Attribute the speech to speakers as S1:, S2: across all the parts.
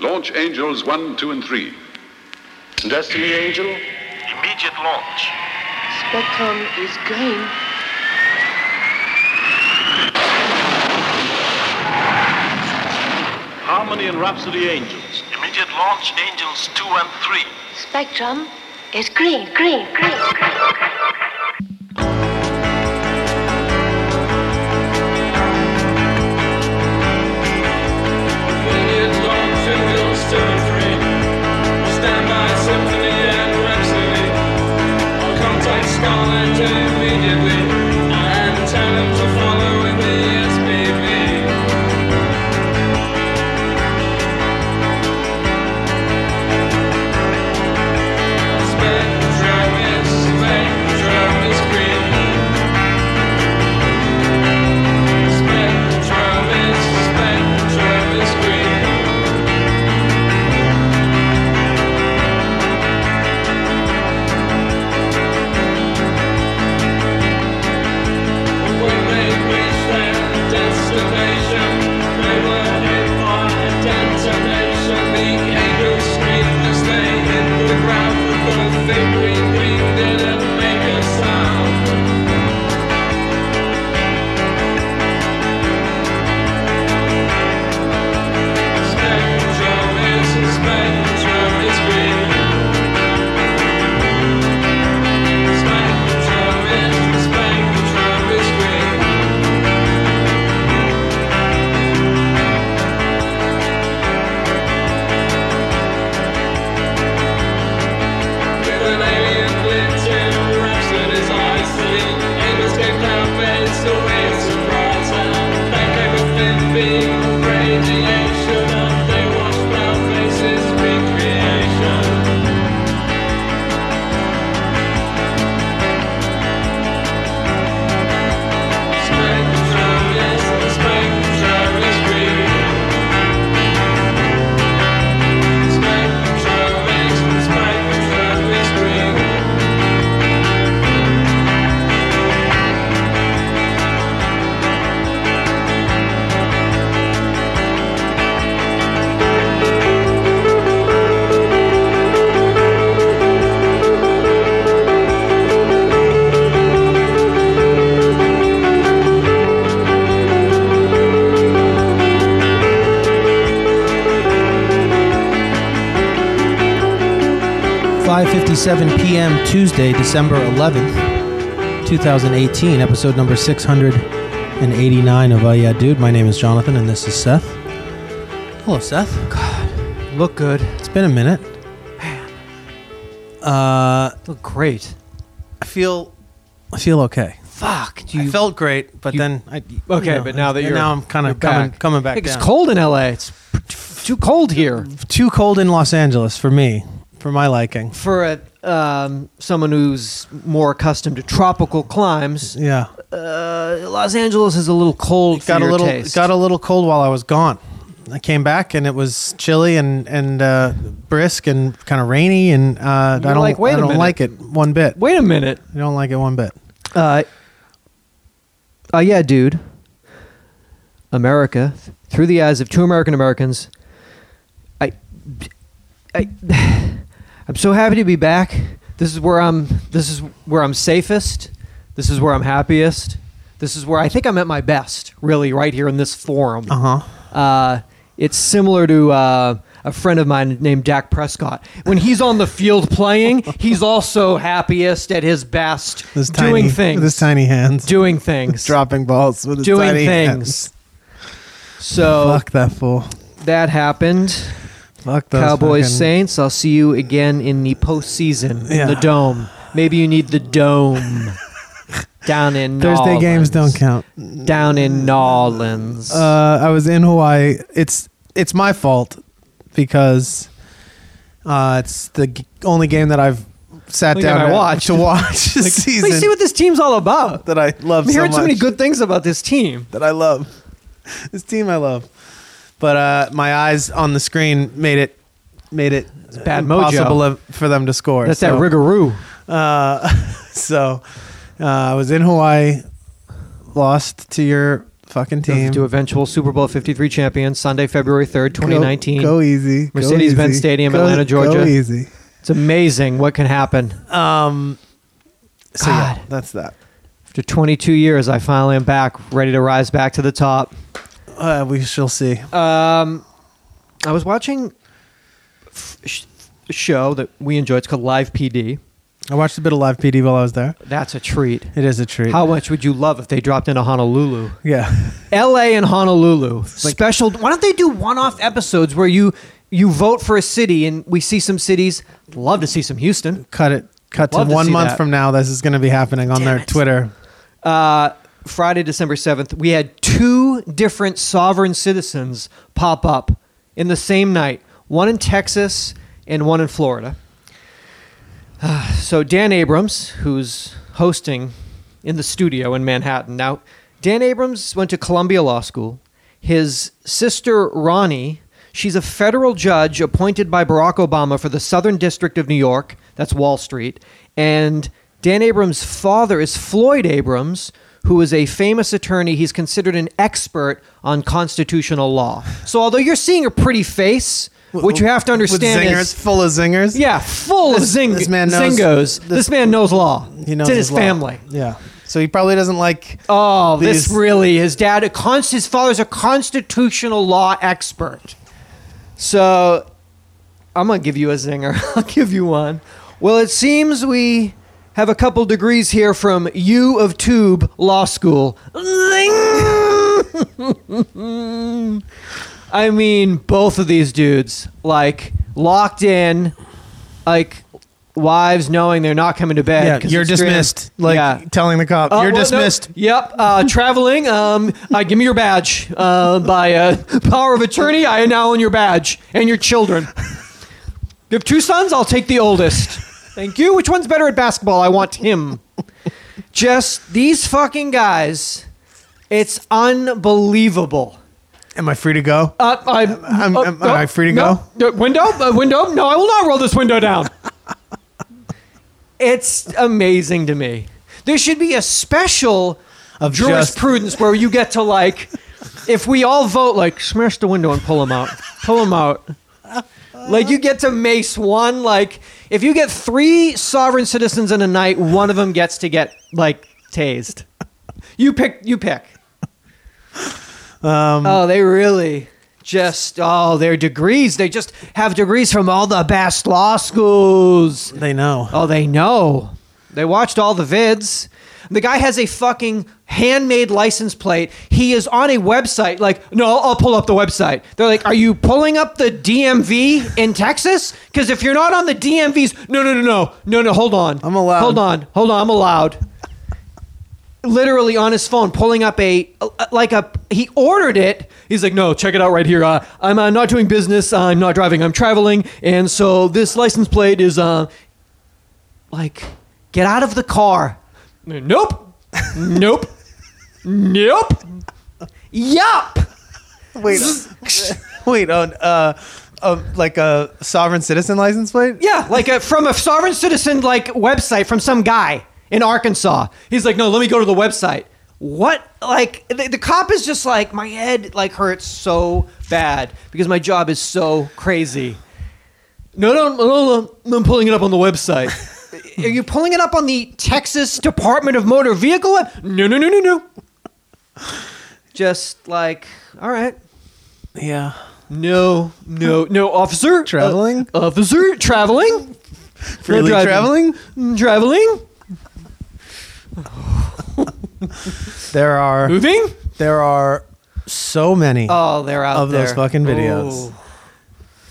S1: Launch Angels 1, 2, and 3.
S2: Destiny Angel,
S3: Immediate launch.
S4: Spectrum is green.
S2: Harmony and Rhapsody Angels,
S3: Immediate launch Angels 2 and 3.
S4: Spectrum is green, green, green.
S5: Five fifty-seven p.m. Tuesday, December 11th, 2018, episode number 689 of Oh Yeah Dude. My name is Jonathan and this is Seth. Hello, Seth.
S6: Look good.
S5: It's been a minute. Uh,
S6: Look great.
S5: I feel I feel okay.
S6: Fuck. Do
S5: I
S6: you
S5: felt great, but
S6: you-
S5: then I
S6: Okay, but now that
S5: and
S6: you're-
S5: now I'm kind
S6: you're
S5: of coming
S6: back.
S5: coming back.
S6: It's
S5: down.
S6: cold in LA. It's p- too cold here
S5: Too cold in Los Angeles for me, for my liking.
S6: for a um, someone who's more accustomed to tropical climes.
S5: Yeah,
S6: Uh, Los Angeles is a little cold. for
S5: got a
S6: your
S5: little
S6: taste.
S5: got a little cold while I was gone. I came back and it was chilly and and uh, brisk and kind of rainy and uh, I
S6: You're
S5: don't
S6: like, "Wait
S5: I
S6: a
S5: don't
S6: minute."
S5: like it one bit.
S6: Wait a minute.
S5: I don't like it one bit.
S6: Uh, uh, yeah, dude. America, th- through the eyes of two American Americans, I, I, I'm so happy to be back. This is where I'm. This is where I'm safest. This is where I'm happiest. This is where I think I'm at my best. Really, right here in this forum.
S7: Uh-huh.
S5: Uh huh.
S6: Uh, it's similar to uh, a friend of mine named Dak Prescott. When he's on the field playing, he's also happiest at his best,
S5: This tiny
S6: doing things,
S5: With his tiny hands.
S6: doing things,
S5: dropping balls with his
S6: doing
S5: tiny
S6: things.
S5: hands.
S6: So
S5: Fuck that fool.
S6: that happened.
S5: Fuck those
S6: Cowboys,
S5: fucking-
S6: Saints. I'll see you again in the postseason in
S5: Yeah.
S6: the dome. Maybe you need the dome down in New
S5: Thursday games
S6: Orleans.
S5: don't count.
S6: Down in New Orleans.
S5: Uh, I was in Hawaii. It's it's my fault because uh, it's the g- only game that I've sat
S6: Only
S5: down
S6: game I
S5: to-
S6: watched.
S5: to watch this
S6: Let
S5: season
S6: me see what this team's all about.
S5: that I love.
S6: I'm hearing
S5: so,
S6: so many
S5: much,
S6: good things about this team.
S5: that I love. This team I love, but uh, my eyes on the screen made it made it
S6: bad mojo.
S5: impossible of- for them to score.
S6: That's
S5: so,
S6: that Rigoroo.
S5: Uh, so uh, I was in Hawaii, lost to your fucking team.
S6: to eventual Super Bowl 53 champions, Sunday, February 3rd,
S7: Go-
S6: 2019.
S7: Go, easy. Go
S6: Mercedes-Benz
S7: easy.
S6: Stadium,
S7: Go-
S6: Atlanta, Georgia.
S7: Go easy.
S6: It's amazing what can happen.
S5: Um, so yeah,
S6: God.
S7: That's that.
S6: After 22 years, I finally am back, ready to rise back to the top.
S5: uh, we shall see.
S6: Um, I was watching f- sh- a show that we enjoy. It's called Live PD.
S5: I watched a bit of live PD while I was there.
S6: That's a treat.
S5: It is a treat.
S6: How much would you love if they dropped into Honolulu?
S5: Yeah,
S6: L.A. and Honolulu special. Why don't they do one-off episodes where you you vote for a city and we see some cities? Love to see some Houston.
S5: cut it. Cut to
S6: Love to
S5: one
S6: see
S5: month
S6: that.
S5: from now. This is going to be happening on their Twitter.
S6: Uh, Friday, December seventh, we had two different sovereign citizens pop up in the same night. One in Texas and one in Florida. Ah, so Dan Abrams, who's hosting in the studio in Manhattan now, Dan Abrams went to Columbia Law School. His sister Ronnie, she's a federal judge appointed by Barack Obama for the Southern District of New York. That's Wall Street. And Dan Abrams' father is Floyd Abrams, who is a famous attorney. He's considered an expert on constitutional law. So although you're seeing a pretty face, what you have to
S5: With
S6: understand
S5: zingers,
S6: is
S5: full of zingers.
S6: yeah, full of zing-
S5: this man knows-
S6: zingos. This, man knows law.
S5: he knows
S6: it's in his,
S5: law.
S6: family.
S5: Yeah, so he probably doesn't like.
S6: Oh,
S5: These-
S6: this really his dad. A const- his father's a constitutional law expert. So, I'm gonna give you a zinger. I'll give you one. Well, it seems we have a couple degrees here from U of Tube Law School. Zing! I mean, both of these dudes like locked in, like wives knowing they're not coming to bed.
S5: Yeah,
S6: 'cause
S5: you're
S6: it's three-
S5: dismissed. Like
S6: Yeah.
S5: telling the cop,
S6: Uh,
S5: you're
S6: well, no.
S5: dismissed.
S6: Yep. Uh, traveling. Um, uh, give me your badge. Uh, by uh, power of attorney, I now own your badge and your children. You have two sons. I'll take the oldest. Thank you. Which one's better at basketball? I want him. Just these fucking guys. It's unbelievable.
S5: Am I free to go?
S6: Uh, I'm,
S5: I'm-
S6: uh,
S5: am- am I free to
S6: no, Uh, window? Uh, window? No, I will not roll this window down. it's amazing to me. There should be a special
S5: Of just-
S6: jurisprudence where you get to like, if we all vote, like smash the window and pull them out, pull them out. Like you get to mace one. Like if you get three sovereign citizens in a night, one of them gets to get like tased. You pick. You pick.
S5: Um,
S6: Oh, they really just oh, their degrees. They just have degrees from all the best law schools.
S5: They know.
S6: Oh, they know. They watched all the vids. The guy has a fucking handmade license plate. He is on a website. Like, no, I'll pull up the website. They're like, are you pulling up the DMV in Texas? Because if you're not on the DMVs, no, no, no, no, no, no. Hold on.
S5: I'm allowed.
S6: Hold on. Hold on. I'm allowed. Literally on his phone, pulling up a like a he ordered it. He's like, no, check it out right here. Uh, I'm uh, not doing business. I'm not driving. I'm traveling, and so this license plate is uh, like get out of the car nope nope nope yup
S5: Wait, wait. On uh, uh, like a sovereign citizen license plate.
S6: yeah like a, from a sovereign citizen like website from some guy in arkansas he's like no let me go to the website what like the, the cop is just like my head like hurts so bad because my job is so crazy no no no, no i'm pulling it up on the website are you pulling it up on the texas department of motor vehicle web? no no no no no just like all right
S5: Yeah.
S6: No, no, no, officer.
S5: Traveling?
S6: Uh, officer, traveling.
S5: Freely
S6: driving.
S5: traveling.
S6: Mm, Traveling.
S5: There are
S6: Moving.
S5: there are so many
S6: Oh, they're out
S5: Of
S6: there.
S5: those fucking videos.
S7: Oh.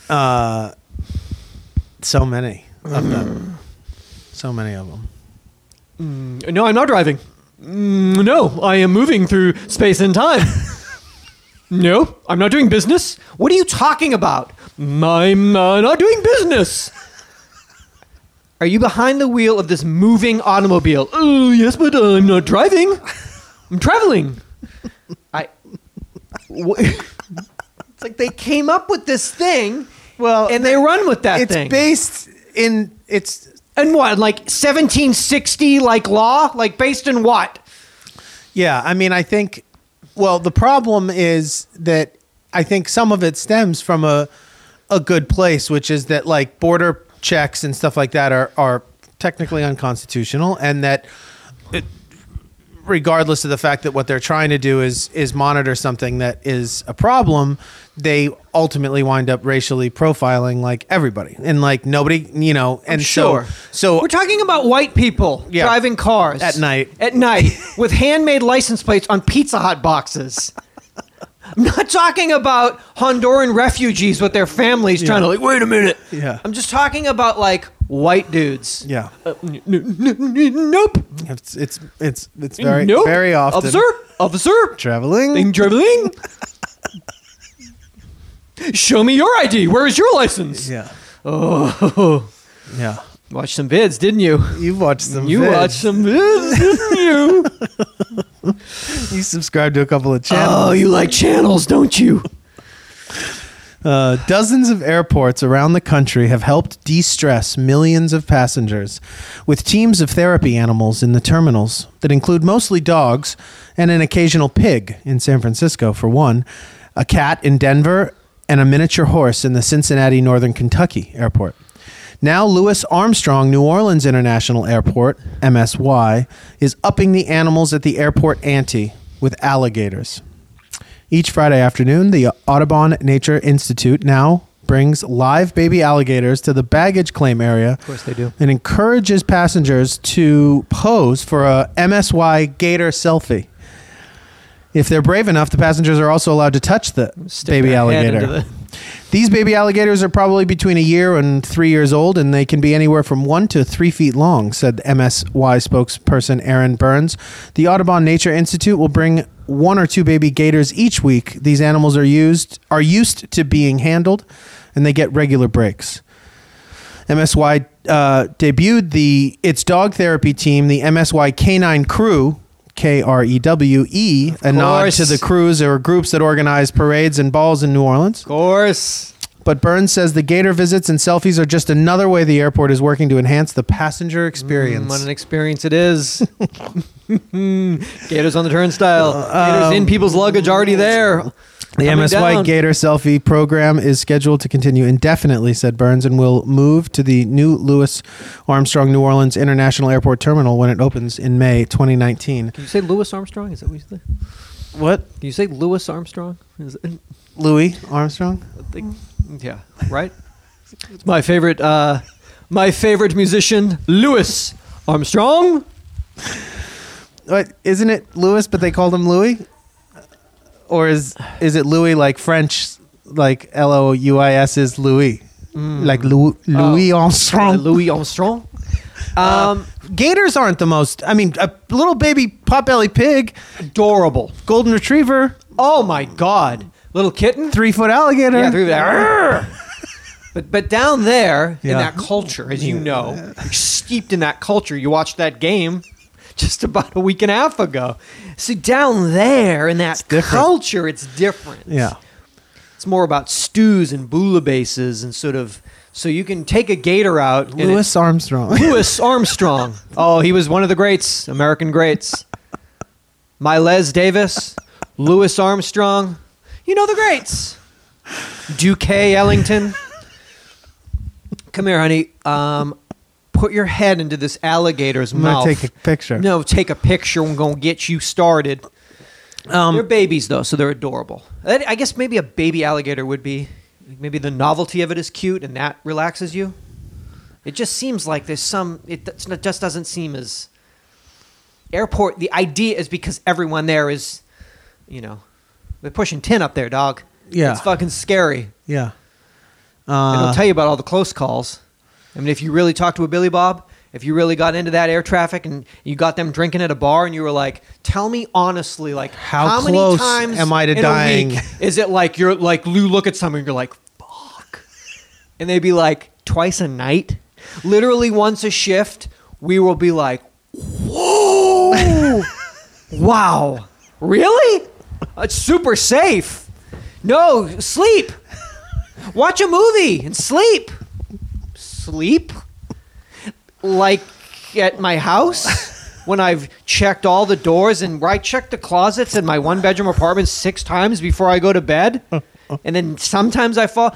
S6: Ooh.
S5: uh so many of them.
S6: Mm.
S5: So many of them.
S6: No, I'm not driving. Mm, No, I am moving through space and time. no, I'm not doing business. What are you talking about? I'm uh, not doing business. Are you behind the wheel of this moving automobile? Oh, yes, but uh, I'm not driving. I'm traveling. I. Wha- it's like they came up with this thing.
S5: Well,
S6: and they run with that
S5: it's
S6: thing.
S5: based in it's
S6: and what, like 1760, like law, like based in what?
S5: yeah, I mean I think
S7: Well, the problem is that I think some of it stems from a a good place, which is that like border checks and stuff like that are are technically unconstitutional, and that it, regardless of the fact that what they're trying to do is is monitor something that is a problem, they ultimately wind up racially profiling like everybody, and like nobody, you know, and
S6: sure.
S7: so so
S6: we're talking about white people
S7: Yeah.
S6: driving cars
S7: At night.
S6: At night with handmade license plates on Pizza Hut boxes. I'm not talking about Honduran refugees with their families trying to like wait a minute.
S7: Yeah.
S6: I'm just talking about like white dudes.
S7: yeah,
S6: N- n- n- n- nope.
S7: it's it's it's it's very
S6: nope.
S7: very often
S6: Officer, officer,
S7: traveling.
S6: Ding dribbling. Show me your ID. Where is your license?
S7: Yeah.
S6: Oh,
S7: Yeah.
S6: watch some vids, didn't you?
S7: You've watched some.
S6: You
S7: vids.
S6: watch some vids, didn't you?
S7: You subscribe to a couple of
S6: Oh,
S7: channels.
S6: you like channels, don't you?
S7: Uh, dozens of airports around the country have helped de-stress millions of passengers with teams of therapy animals in the terminals that include mostly dogs and an occasional pig in San Francisco for one, a cat in Denver, and a miniature horse in the Cincinnati Northern Kentucky airport. Now, Louis Armstrong New Orleans International Airport, MSY, is upping the animals at the airport ante with alligators. Each Friday afternoon, the Audubon Nature Institute now brings live baby alligators to the baggage claim area. Of
S6: course they do.
S7: And encourages passengers to pose for a MSY gator selfie. If they're brave enough, the passengers are also allowed to touch the baby
S6: their head
S7: alligator.
S6: into the-
S7: These baby alligators are probably between a year and three years old, and they can be anywhere from one to three feet long, said MSY spokesperson Aaron Burns. The Audubon Nature Institute will bring one or two baby gators each week. These animals are used are used to being handled, and they get regular breaks. MSY uh, debuted the its dog therapy team, the MSY Canine Crew, K R E W E, a nod
S6: course.
S7: to the crews or groups that organize parades and balls in New Orleans.
S6: Of course.
S7: But Burns says the gator visits and selfies are just another way the airport is working to enhance the passenger
S6: Mm,
S7: experience.
S6: What an experience it is. Gators on the turnstile. Gators in people's luggage already there.
S7: the
S6: Coming
S7: MSY
S6: down.
S7: Gator Selfie program is scheduled to continue indefinitely, said Burns, and will move to the new Louis Armstrong New Orleans International Airport Terminal when it opens in May 2019.
S6: Can you say Louis Armstrong? Is that what you say? Can
S7: What?
S6: you say Louis Armstrong? Is it-
S7: Louis Armstrong?
S6: I think- yeah, right? It's my favorite uh, my favorite musician, Louis Armstrong.
S7: What, isn't it Louis, but they called him Louis? Or is is it Louis like French, like L O U I S is Louis? Like Louis, Hmm. Oh. Louis
S6: Uh,
S7: Armstrong?
S6: Louis Armstrong. Um,
S7: Gators aren't the most. I mean, a little baby potbelly pig,
S6: adorable.
S7: golden retriever,
S6: Oh my god. Little kitten?
S7: three foot alligator.
S6: Yeah, three of that. But but down there in
S7: Yeah.
S6: that culture, as you know, you're steeped in that culture. You watched that game just about a week and a half ago. See, down there in that
S7: different.
S6: culture, it's different.
S7: Yeah.
S6: it's more about stews and bouillabaisse and sort of. So you can take a gator out. and it-
S7: Louis Armstrong.
S6: Louis Armstrong. Oh, he was one of the greats, American greats. Miles Davis, Louis Armstrong. You know the greats. Duque Ellington. Come here, honey. Um, put your head into this alligator's
S7: I'm
S6: mouth.
S7: gonna take a picture.
S6: No, take a picture. We're gonna get you started. they're babies though, so they're adorable. I I guess maybe a baby alligator would be. Maybe the novelty of it is cute, and that relaxes you. It just seems like there's some. It d- it just doesn't seem as airport. The idea is because everyone there is, you know, they're pushing tin up there, dog.
S7: Yeah.
S6: it's fucking scary.
S7: Yeah.
S6: And
S7: Uh,
S6: It'll tell you about all the close calls. I mean, if you really talked to a Billy Bob, if you really got into that air traffic and you got them drinking at a bar and you were like, tell me honestly, like,
S7: How
S6: how,
S7: close
S6: many times
S7: am I to
S6: in a
S7: dying?"
S6: week is it like you're like, you look at someone and you're like, fuck. And they'd be like, twice a night? Literally once a shift, we will be like, whoa, wow, really? It's super safe. No, sleep. Watch a movie and sleep. Sleep? Like at my house? when I've checked all the doors and I check the closets in my one bedroom apartment six times before I go to bed, and then sometimes I fall.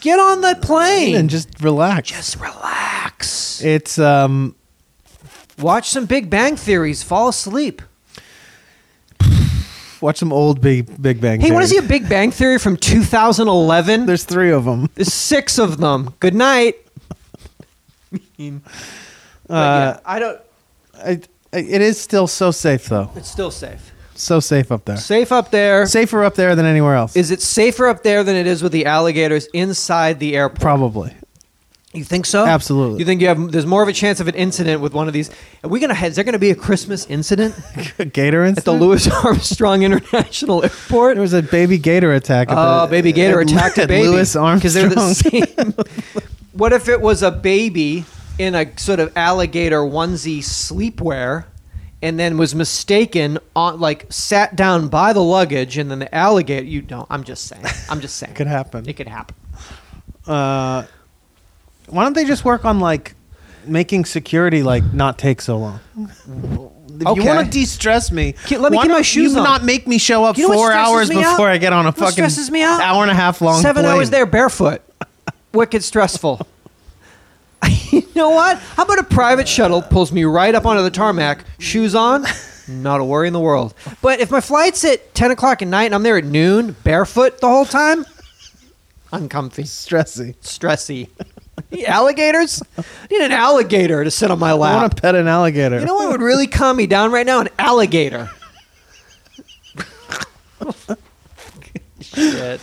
S6: Get on the plane
S7: and just relax.
S6: just relax.
S7: it's um
S6: Watch some Big Bang Theories. Fall asleep.
S7: watch some old Big Big Bang.
S6: Hey, want to
S7: Theory.
S6: see a Big Bang Theory from 2011? There's
S7: There's three of them.
S6: six of them. Good night. Uh, But yeah, I don't.
S7: I, I, it is still so safe though.
S6: It's still safe.
S7: So safe up there.
S6: Safe up there. Is
S7: Safer up there than anywhere else.
S6: it safer up there than it is with the alligators inside the airport?
S7: probably.
S6: You think so?
S7: Absolutely.
S6: You think you have? There's more of a chance of an incident with one of these. Are we gonna? Is there gonna be a Christmas incident
S7: gator incident.
S6: at the Louis Armstrong International Airport?
S7: There was a baby gator attack. at
S6: Oh,
S7: the-
S6: baby gator
S7: at-
S6: attacked a
S7: at
S6: baby.
S7: Louis
S6: 'Cause they're
S7: Armstrong.
S6: the same. what if it was a baby in a sort of alligator onesie sleepwear, and then was mistaken on like sat down by the luggage, and then the alligator? You don't. I'm just saying. I'm just saying.
S7: Could happen.
S6: It could happen.
S7: uh, why don't they just work on like making security like not take so long? If you
S6: Okay.
S7: want to de-stress me,
S6: Can- let me
S7: why
S6: get my
S7: don't
S6: shoes
S7: you
S6: on.
S7: Not make me show up
S6: You know what
S7: four
S6: stresses
S7: hours
S6: me
S7: before
S6: out?
S7: I get on a
S6: What
S7: fucking
S6: stresses me out?
S7: hour and a half long.
S6: Seven
S7: plane.
S6: hours there barefoot. Wicked stressful. you know what? How about a private shuttle pulls me right up onto the tarmac, shoes on? Not a worry in the world. But if my flight's at 10 o'clock at night and I'm there at noon, barefoot the whole time, uncomfy,
S7: Stressy.
S6: stressy. Alligators? I need an alligator to sit on my
S7: I
S6: lap.
S7: want to pet an alligator.
S6: You know what would really calm me down right now? An alligator. Shit.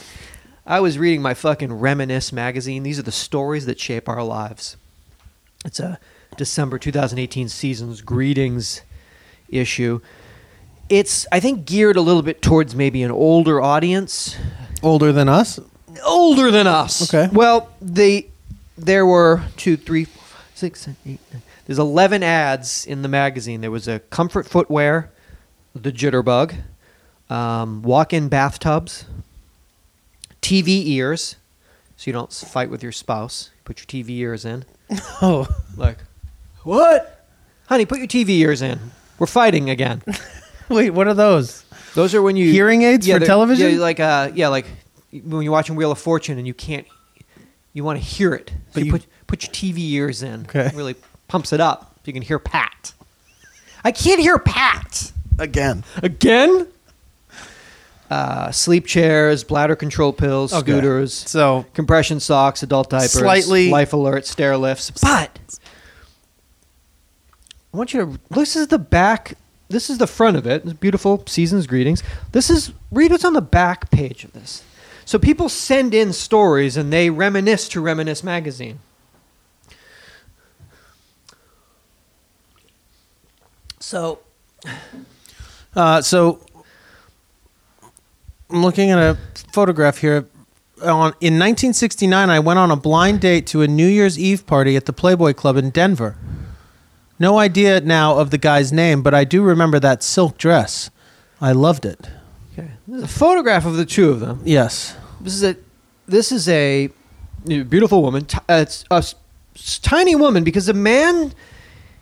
S6: I was reading my fucking Reminisce magazine. These are the stories that shape our lives. It's a December 2018 season's greetings issue. It's, I think, geared a little bit towards maybe an older audience
S7: Older than us.
S6: older than us.
S7: Okay.
S6: Well, the there were two, three, four, five, six, seven, eight, nine. There's eleven ads in the magazine. There was a comfort footwear, the jitterbug, um, walk-in bathtubs, TV ears, so you don't s- fight with your spouse. Put your TV ears in.
S7: Oh,
S6: Like, what? Honey, put your TV ears in. We're fighting again.
S7: wait. What are those?
S6: Those are when you
S7: Hearing aids for
S6: they're-
S7: television?
S6: Yeah, like uh, yeah, like when you're watching Wheel of Fortune and you can't, you want to hear it, so
S7: But
S6: you,
S7: you-
S6: put put your TV ears in.
S7: Okay.
S6: It really pumps it up. so You can hear Pat. I can't hear Pat
S7: Again.
S6: again. Uh, sleep chairs, bladder control pills,
S7: Okay.
S6: scooters,
S7: So-
S6: compression socks, adult diapers,
S7: Slightly-
S6: life alert, stair lifts. But I want you to. This is the back. This is the front of it. It's beautiful season's greetings. This is read what's on the back page of this. So people send in stories and they reminisce to Reminisce magazine. So
S7: Uh, so I'm looking at a photograph here. On, in 1969, I went on a blind date to a New Year's Eve party at the Playboy Club in Denver. No idea now of the guy's name, but I do remember that silk dress. I loved it.
S6: okay, there's a photograph of the two of them.
S7: Yes.
S6: This is a this is a beautiful woman. T- uh, it's a s- s- tiny woman because the man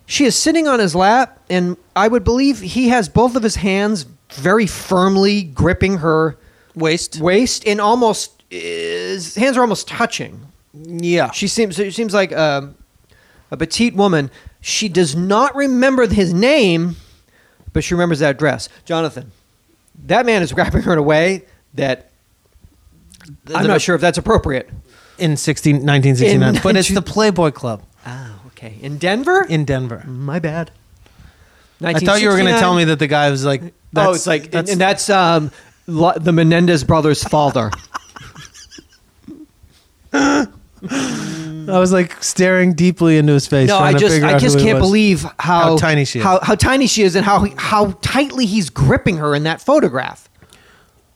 S6: she is sitting on his lap, and I would believe he has both of his hands very firmly gripping her
S7: Waist.
S6: waist, and almost his hands are almost touching.
S7: Yeah.
S6: She seems she seems like a, a petite woman. She does not remember his name, but she remembers that dress. Jonathan, that man is grabbing her in a way that I'm not sure if that's appropriate.
S7: In 16, 1969.
S6: In
S7: but it's
S6: 19
S7: the Playboy Club
S6: Oh, okay. In Denver?
S7: in Denver.
S6: My bad.
S7: I thought you were going to tell me that the guy was like.
S6: oh,
S7: that's-
S6: it's like,
S7: that's-
S6: and that's um, Lo- the Menendez brothers' father.
S7: I was like staring deeply into his face.
S6: no,
S7: trying
S6: I
S7: to
S6: just,
S7: figure
S6: I
S7: out
S6: just
S7: who he
S6: can't
S7: was.
S6: believe how,
S7: How tiny she is.
S6: how, how tiny she is, and how he- how tightly he's gripping her in that photograph.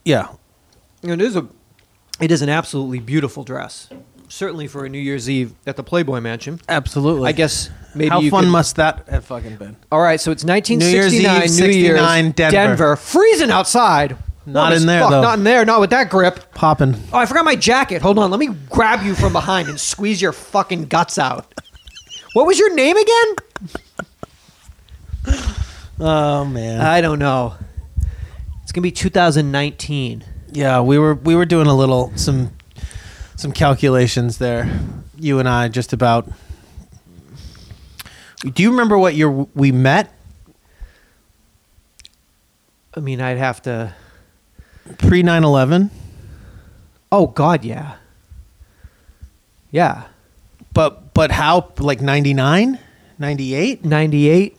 S7: Yeah.
S6: It is a, it is an absolutely beautiful dress, certainly for a New Year's Eve at the Playboy Mansion.
S7: Absolutely.
S6: I guess maybe
S7: How
S6: you
S7: fun
S6: could-
S7: must that have fucking been?
S6: All right, so it's
S7: New Year's Eve,
S6: 1969, New Year's,
S7: 69, Denver.
S6: freezing outside.
S7: Not
S6: Warm
S7: in
S6: as
S7: there,
S6: fuck,
S7: though.
S6: Not in there. Not with that grip.
S7: Popping.
S6: Oh, I forgot my jacket. Hold on. Let me grab you from behind and squeeze your fucking guts out. What was your name again?
S7: Oh man.
S6: I don't know. It's gonna be 2019.
S7: yeah, we were we were doing a little some some calculations there. You and I just about. Do you remember what year w- we met?
S6: I mean, I'd have to.
S7: Pre 9/11,
S6: Oh God, yeah, yeah.
S7: but but how like 99, 98?
S6: 98.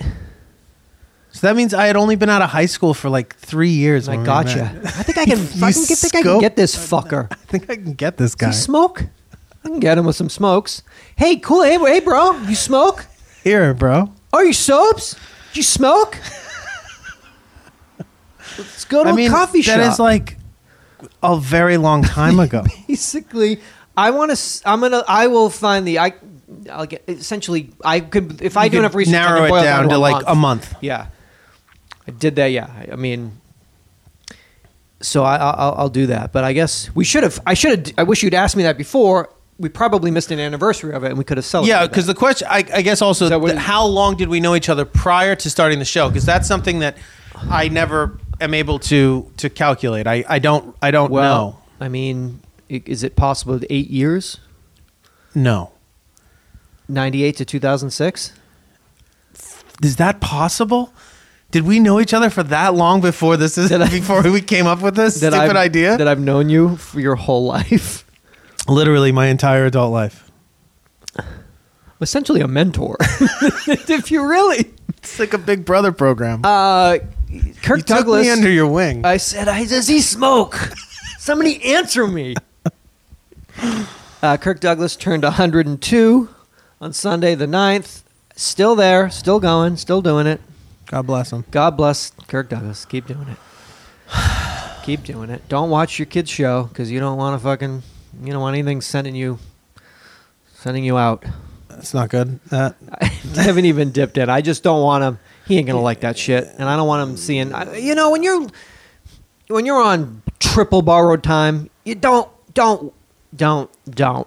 S7: So that means I had only been out of high school for like three years.
S6: I
S7: when we
S6: gotcha.
S7: met.
S6: I think I can fucking get, think I can
S7: scope-
S6: get this fucker.
S7: I think I can get this
S6: Do
S7: guy.
S6: you smoke? I can get him with some smokes. Hey, cool. Hey, hey, bro. You smoke?
S7: Here, bro.
S6: Are you soaps? You smoke? Let's go to
S7: I
S6: a
S7: mean,
S6: coffee shop.
S7: That is like a very long time ago.
S6: basically i want to i'm gonna i will find the i i'll get essentially i could if i
S7: You
S6: do
S7: could
S6: enough research I
S7: narrow
S6: can
S7: it
S6: boil
S7: down to,
S6: a
S7: like, a month.
S6: yeah i did that yeah i, I mean so I, I- I'll, I'll do that but i guess we should have i should have i wish you'd asked me that before we probably missed an anniversary of it and we could have celebrated
S7: yeah, because
S6: that.
S7: the question, I, I guess, also,
S6: that what
S7: th-
S6: you-
S7: how long did we know each other prior to starting the show? Because that's something that I never am able to to calculate. I, I don't I don't
S6: well i mean i- is it possible that eight years
S7: know. No,
S6: 98 to 2006
S7: is that possible? Did we know each other for that long before this is
S6: That I-
S7: before we came up with this
S6: that
S7: stupid
S6: I've-
S7: idea?
S6: that i've known you for your whole life
S7: Literally my entire adult life.
S6: essentially a mentor if you really
S7: It's like a Big Brother program.
S6: uh kirk
S7: you took
S6: douglas
S7: me under your wing.
S6: i said i does he smoke somebody answer me uh, kirk douglas turned 102 on sunday the 9th still there still going still doing it
S7: God bless him.
S6: god bless kirk douglas keep doing it keep doing it don't watch your kids show because you don't want to fucking you don't want anything sending you sending you out
S7: That's not good. That
S6: I haven't even dipped in. I just don't want him. He ain't gonna like that shit, and I don't want him seeing. I, you know, when you're when you're on triple borrowed time, you don't don't don't don't.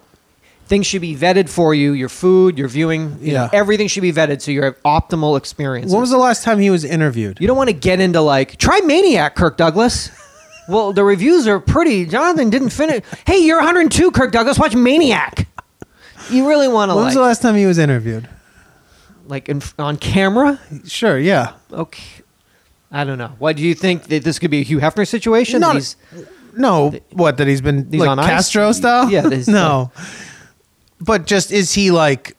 S6: Things should be vetted for you. Your food, your viewing, you know,
S7: Yeah.
S6: everything should be vetted so you have optimal experience.
S7: When was the last time he was interviewed?
S6: you don't want to get into like try Maniac, Kirk Douglas. well, the reviews are pretty. Jonathan didn't finish. Hey, you're 102, Kirk Douglas. Watch Maniac. You really want to
S7: when was the
S6: like,
S7: last time he was interviewed?
S6: like in, on camera?
S7: Sure, yeah.
S6: Okay. I don't know. What do you think that this could be a Hugh Hefner situation?
S7: Not-
S6: These-
S7: No, what that he's been
S6: He's
S7: like
S6: on ice?
S7: Castro style?
S6: Yeah, this-
S7: no. But just is he like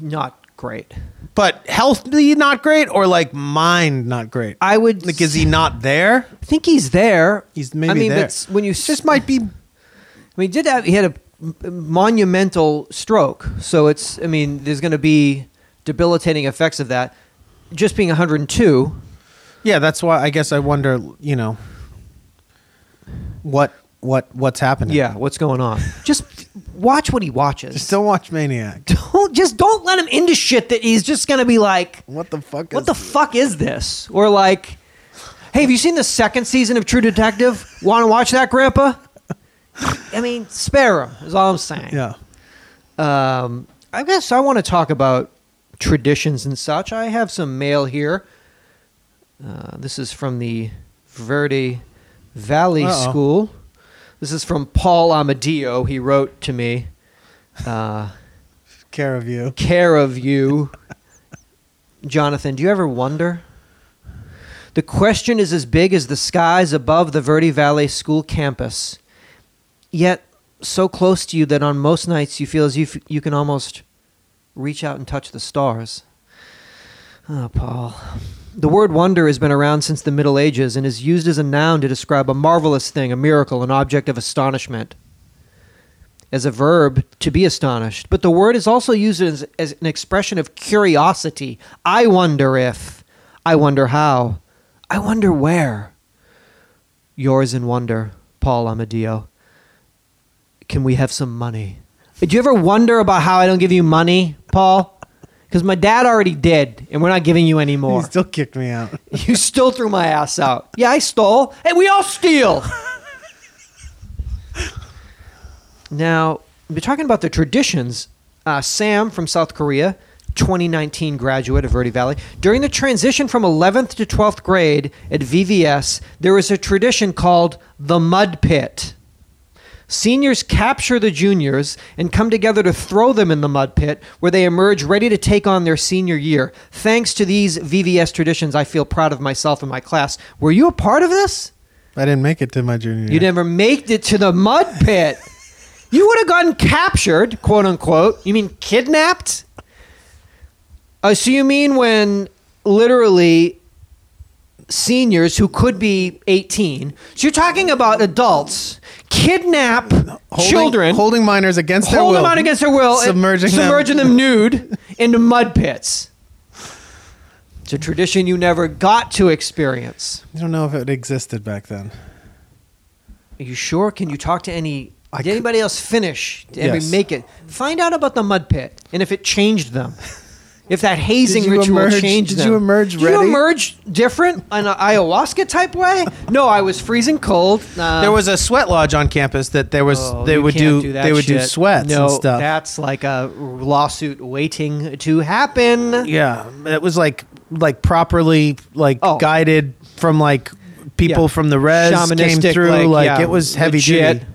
S6: not great.
S7: but healthy not great or like mind not great?
S6: I would
S7: like is he not there?
S6: think he's there.
S7: He's maybe
S6: I mean,
S7: there.
S6: but s- when you
S7: It just might be
S6: I mean, he did have, he had a m- monumental stroke, so it's I mean, there's going to be debilitating effects of that. Just being 102,
S7: Yeah, that's why I guess I wonder, you know, what what what's happening.
S6: yeah, what's going on? Just watch what he watches.
S7: Just don't watch Maniac.
S6: don't just don't let him into shit that he's just going to be like
S7: What the fuck is
S6: what the fuck is this? Or like, hey, have you seen the second season of True Detective? Want to watch that, Grandpa? I mean, spare him is all I'm saying.
S7: Yeah.
S6: Um, I guess I want to talk about traditions and such. I have some mail here. Uh, this is from the Verde Valley
S7: Uh-oh.
S6: School. This is from Paul Amadeo. He wrote to me. Uh,
S7: Care of you.
S6: care of you. Jonathan, do you ever wonder? The question is as big as the skies above the Verde Valley school campus, yet so close to you that on most nights you feel as if you can almost reach out and touch the stars. Ah, Paul. The word wonder has been around since the Middle Ages and is used as a noun to describe a marvelous thing, a miracle, an object of astonishment as a verb to be astonished, but the word is also used as, as an expression of curiosity. I wonder if, I wonder how, I wonder where. Yours in wonder, Paul Amadeo. Can we have some money? Did you ever wonder about how I don't give you money, Paul? Because my dad already did, and we're not giving you any
S7: He
S6: more.
S7: still kicked me out.
S6: You still threw my ass out. Yeah, I stole. Hey, we all steal. now, we're talking about the traditions. Uh, Sam from South Korea 2019 graduate of Verde Valley. During the transition from 11th to 12th grade at VVS, there is a tradition called the mud pit. Seniors capture the juniors and come together to throw them in the mud pit where they emerge ready to take on their senior year. Thanks to these VVS traditions, I feel proud of myself and my class. Were you a part of this?
S7: I didn't make it to my junior year.
S6: You never made it to the mud pit. you would have gotten captured, quote unquote. You mean kidnapped? Uh, so you mean when literally seniors who could be 18, so you're talking about adults, kidnap
S7: Holding-
S6: children,
S7: holding minors against their
S6: hold
S7: will,
S6: them out against their will, and
S7: submerging them.
S6: submerging them nude into mud pits. It's a tradition you never got to experience.
S7: I don't know if it existed back then.
S6: Are you sure? Can you talk to any?
S7: I
S6: did
S7: cou-
S6: anybody else finish? Did
S7: Yes.
S6: anybody make it? Find out about the mud pit and if it changed them. If that hazing
S7: you
S6: ritual
S7: emerge-
S6: changed
S7: did
S6: them.
S7: you emerge
S6: Did you
S7: ready?
S6: emerge different in an ayahuasca type way? No, I was freezing cold. Uh,
S7: there was a sweat lodge on campus that there was
S6: oh,
S7: they
S6: you
S7: would
S6: can't
S7: do,
S6: that
S7: they would do
S6: shit.
S7: sweats
S6: no,
S7: and stuff.
S6: That's like a lawsuit waiting to happen.
S7: yeah, it was like like properly like
S6: Oh.
S7: guided from like people
S6: Yeah.
S7: from the res came
S6: Shamanistic,
S7: through
S6: like,
S7: like,
S6: yeah,
S7: it was heavy
S6: legit.
S7: duty.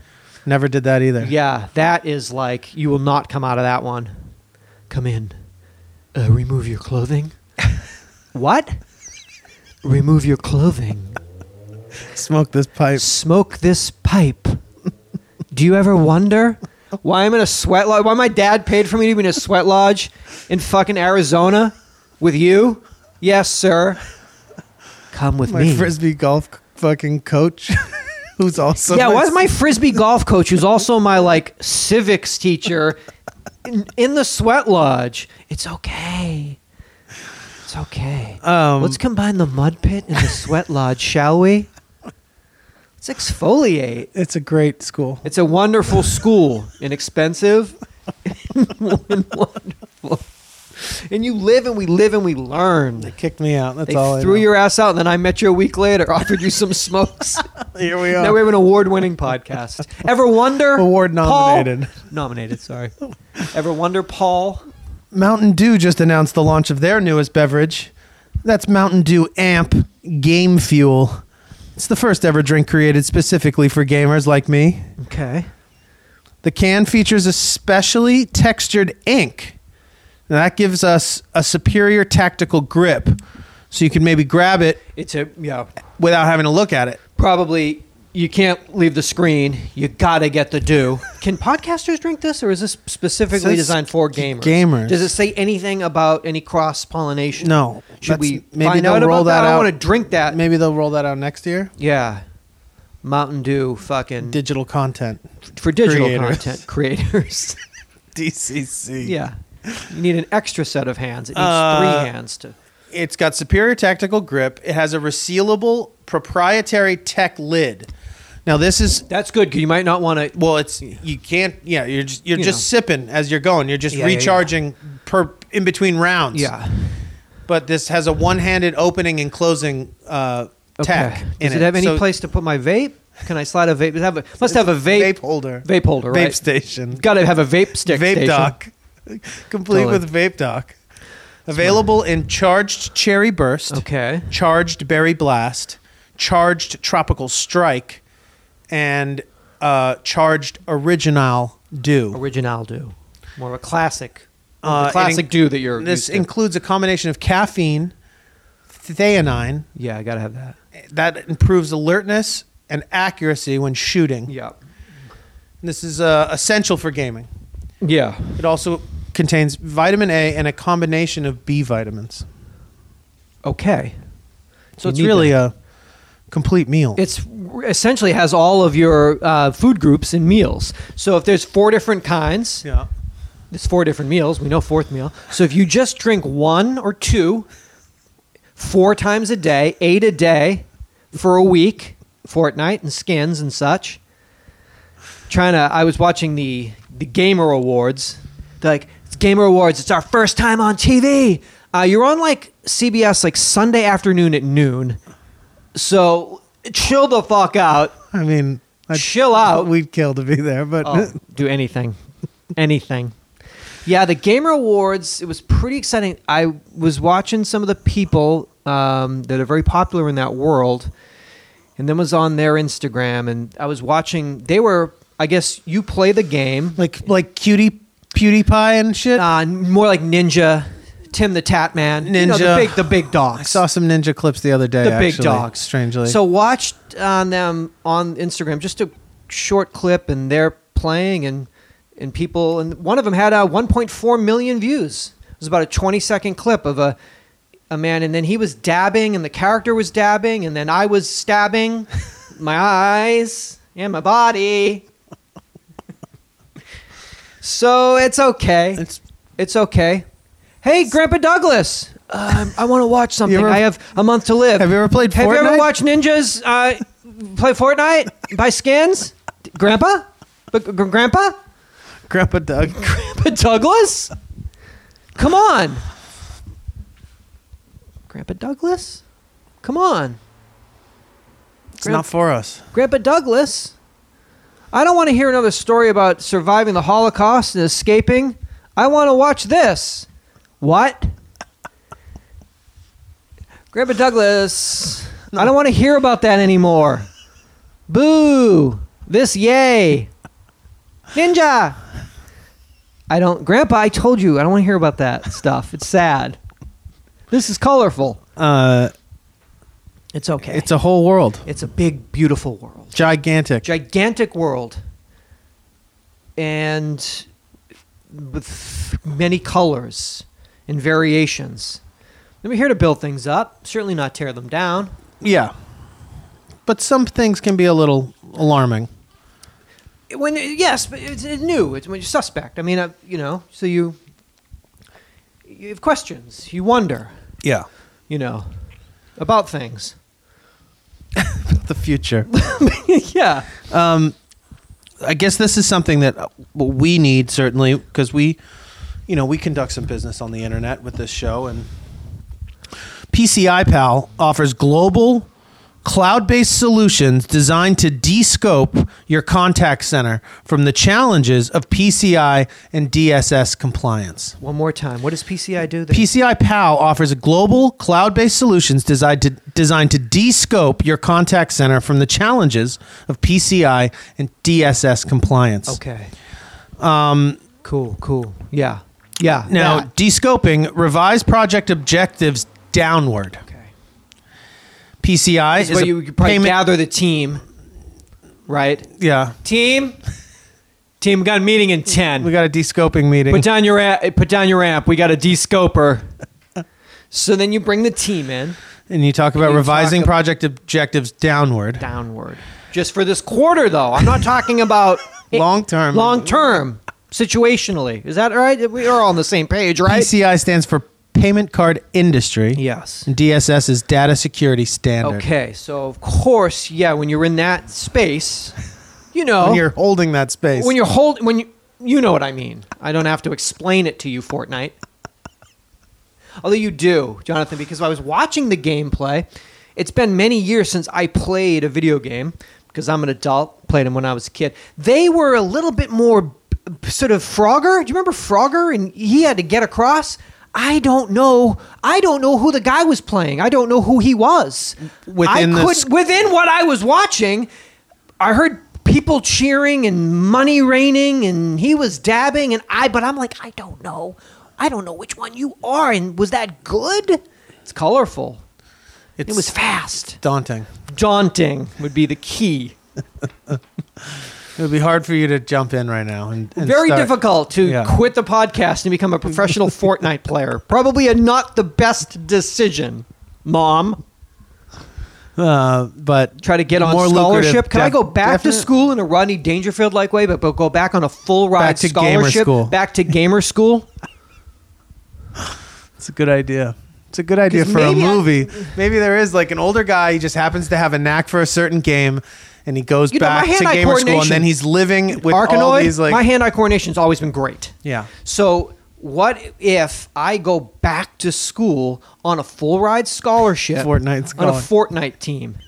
S7: Never did that either.
S6: Yeah, that is like you will not come out of that one. Come in. Uh, remove your clothing. what? Remove your clothing.
S7: Smoke this pipe.
S6: Smoke this pipe. Do you ever wonder why I'm in a sweat lodge? Why my dad paid for me to be in a sweat lodge in fucking Arizona with you? Yes, sir. Come with
S7: My
S6: me.
S7: frisbee golf c- fucking coach, who's also
S6: yeah, why is my frisbee golf coach, who's also my like civics teacher, in, in the sweat lodge? It's okay. It's okay.
S7: Um,
S6: Let's combine the mud pit and the sweat lodge, shall we? Let's exfoliate.
S7: It's a great school.
S6: It's a wonderful school, inexpensive, and wonderful. And you live and we live and we learn.
S7: They kicked me out. That's
S6: They
S7: all. I
S6: threw
S7: know.
S6: your ass out, and then I met you a week later, offered you some smokes.
S7: Here we are.
S6: Now we have an award-winning podcast. Ever wonder?
S7: Award
S6: Paul-
S7: nominated.
S6: nominated. Sorry. Ever wonder, Paul?
S7: Mountain Dew just announced the launch of their newest beverage. That's Mountain Dew Amp Game Fuel. It's the first ever drink created specifically for gamers like me.
S6: Okay.
S7: The can features a specially textured ink. And that gives us a superior tactical grip. So you can maybe grab it
S6: It's a yeah.
S7: without having to look at it.
S6: Probably you can't leave the screen. You gotta get the do. Can podcasters drink this, or is this specifically
S7: Says
S6: designed for gamers?
S7: gamers.
S6: Does it say anything about any cross pollination?
S7: No.
S6: Should
S7: That's-
S6: we
S7: maybe
S6: find
S7: they'll
S6: out
S7: roll
S6: about that?
S7: that
S6: I
S7: out.
S6: want to drink that.
S7: Maybe they'll roll that out next year.
S6: Yeah. Mountain Dew, fucking
S7: Digital content.
S6: for digital
S7: creators.
S6: content creators.
S7: DCC.
S6: Yeah. You need an extra set of hands. It needs
S7: Uh,
S6: three hands to.
S7: It's got superior tactical grip. It has a resealable proprietary tech lid. Now this is
S6: That's good because you might not want to.
S7: well, it's you can't. Yeah, you're just, you're
S6: You
S7: just
S6: know.
S7: sipping as you're going. You're just
S6: Yeah, yeah, yeah.
S7: recharging per in between rounds.
S6: Yeah.
S7: but this has a one-handed opening and closing uh, tech.
S6: Okay.
S7: in
S6: Does it have any
S7: So-
S6: place to put my vape? Can I slide a vape? Does it Have a, must have a vape,
S7: Vape holder.
S6: Vape holder,
S7: Vape
S6: right?
S7: station.
S6: Got to have a vape stick.
S7: vape
S6: station.
S7: dock, complete
S6: Totally.
S7: with vape dock. Available in charged cherry burst.
S6: Okay.
S7: charged berry blast, charged tropical strike, and uh, charged original dew.
S6: Original do. More of a classic.
S7: Uh,
S6: the classic
S7: it inc-
S6: do that you're.
S7: This
S6: used to.
S7: includes a combination of caffeine, theanine,
S6: yeah, I got to have that.
S7: that improves alertness and accuracy when shooting.
S6: Yeah.
S7: This is uh, essential for gaming.
S6: Yeah.
S7: It also contains vitamin A and a combination of B vitamins.
S6: Okay.
S7: So
S6: You
S7: it's
S6: need
S7: really
S6: that.
S7: a complete meal.
S6: it's essentially has all of your uh, food groups and meals. So if there's four different kinds,
S7: yeah.
S6: there's four different meals. We know fourth meal. So if you just drink one or two, four times a day, eight a day, for a week, fortnight, and skins and such. Trying to, I was watching the the Gamer Awards. They're like, it's Gamer Awards. It's our first time on TV. Uh, you're on like CBS like Sunday afternoon at noon. So chill the fuck out.
S7: I mean, I'd-
S6: Chill out.
S7: Oh. We'd kill to be there, but
S6: Oh, do anything, anything. Yeah, the Gamer Awards, it was pretty exciting. I was watching some of the people um, that are very popular in that world, and then was on their Instagram, and I was watching. They were, I guess, you play the game,
S7: Like like cutie PewDiePie and shit.
S6: uh, more like Ninja, Tim the Tat Man, you know,
S7: Ninja.
S6: the big, the big dogs.
S7: I saw some ninja clips the other day.
S6: the big
S7: actually,
S6: dogs.
S7: Strangely.
S6: So watched on them on Instagram just a short clip, and they're playing and and people and one of them had uh, 1.4 million views. It was about a 20 second clip of a a man, and then he was dabbing, and the character was dabbing, and then I was stabbing my eyes and my body. So it's okay.
S7: It's-
S6: It's it's okay. Hey, Grandpa Douglas, um, I want to watch something.
S7: ever-
S6: I have a month to live.
S7: Have you ever played
S6: Have you
S7: Fortnite?
S6: ever watched ninjas uh, play Fortnite? Buy skins, D- Grandpa, but gr- Grandpa,
S7: Grandpa Doug.
S6: Grandpa Douglas, come on, Grandpa Douglas, come on,
S7: It's not for us.
S6: Grandpa Douglas. I don't want to hear another story about surviving the Holocaust and escaping. I want to watch this. What? Grandpa Douglas, I don't want to hear about that anymore. Boo! This yay! Ninja! I don't, Grandpa, I told you, I don't want to hear about that stuff. It's sad. This is colorful.
S7: Uh,
S6: It's okay.
S7: it's a whole world,
S6: it's a big, beautiful world
S7: gigantic.
S6: gigantic world and with many colors and variations. And we're here to build things up, certainly not tear them down.
S7: yeah, but some things can be a little alarming.
S6: When yes, but it's, it's new. It's when you're suspect. I mean, uh, you know, so you you have questions. You wonder,
S7: Yeah,
S6: you know, about things.
S7: the future.
S6: yeah.
S7: I guess this is something that uh, we need certainly because we, you know, we conduct some business on the internet with this show, and PCI Pal offers global cloud-based solutions designed to de-scope your contact center from the challenges of PCI and DSS compliance.
S6: One more time. What does PCI do? They-
S7: PCI Pal offers global cloud-based solutions designed to designed to de-scope your contact center from the challenges of PCI and DSS compliance.
S6: okay. Um. Cool. Cool. Yeah. Yeah.
S7: Now,
S6: that.
S7: descoping, revise project objectives downward.
S6: Okay.
S7: PCI is,
S6: That's where
S7: a
S6: you, you probably
S7: payment-
S6: gather the team, right?
S7: yeah,
S6: Team, team. We got a meeting in
S7: we
S6: ten.
S7: got a descoping meeting.
S6: Put down your a- put down your amp. We got a descoper. so then you bring the team in
S7: and you talk about
S6: you
S7: revising
S6: talk ab-
S7: project objectives downward.
S6: downward. Just for this quarter, though. I'm not talking about
S7: Long term.
S6: Long term, situationally. Is that all right? We are all on the same page, right?
S7: PCI stands for payment card industry.
S6: Yes.
S7: And DSS is data security standard.
S6: Okay. So of course, yeah. When you're in that space, you know,
S7: When you're holding that space.
S6: Oh. when you're hold when you you know what I mean. I don't have to explain it to you, Fortnite. Although you do, Jonathan, because I was watching the gameplay. It's been many years since I played a video game because I'm an adult. Played them when I was a kid. They were a little bit more b- sort of Frogger. Do you remember Frogger? And he had to get across. I don't know. I don't know who the guy was playing. I don't know who he was.
S7: Within the
S6: I could,
S7: sc-
S6: within what I was watching, I heard people cheering and money raining, and he was dabbing, and I. But I'm like, I don't know, I don't know which one you are, and was that good? It's colorful.
S7: it's
S6: It was fast.
S7: daunting.
S6: Daunting would be the key.
S7: It would be hard for you to jump in right now. And, and
S6: Very
S7: start.
S6: difficult to
S7: Yeah.
S6: quit the podcast and become a professional Fortnite player. Probably a not the best decision. Mom,
S7: Uh, but
S6: try to get on
S7: more lucrative,
S6: scholarship. Can I
S7: def-
S6: go back
S7: definite-
S6: to school in a Rodney Dangerfield like way, but, but go back on a full ride
S7: to gamer
S6: scholarship
S7: school.
S6: back to gamer school?
S7: It's a good idea. It's a good idea
S6: 'Cause
S7: for a
S6: maybe I-
S7: movie. maybe there is like an older guy. He just happens to have a knack for a certain game, and he goes
S6: You know, my
S7: back to
S6: hand-eye
S7: gamer school, and
S6: coordination-
S7: then he's living with all
S6: Arkanoid,
S7: these like.
S6: my hand-eye coordination's always been great.
S7: Yeah.
S6: So what if I go back to school on a full ride scholarship
S7: Fortnite's
S6: on a
S7: going.
S6: Fortnite team?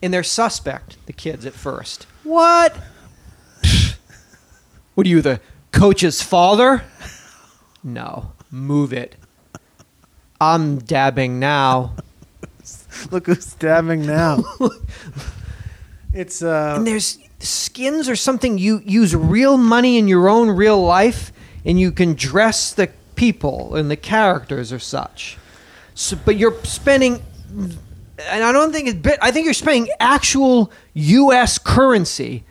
S6: And they're suspect, the kids at first. What? what are you, the Coach's father? No. Move it. I'm dabbing now.
S7: Look who's stabbing now. it's uh
S6: And there's skins or something you use real money in your own real life and you can dress the people and the characters or such. So, but you're spending and I don't think it's bit I think you're spending actual US currency.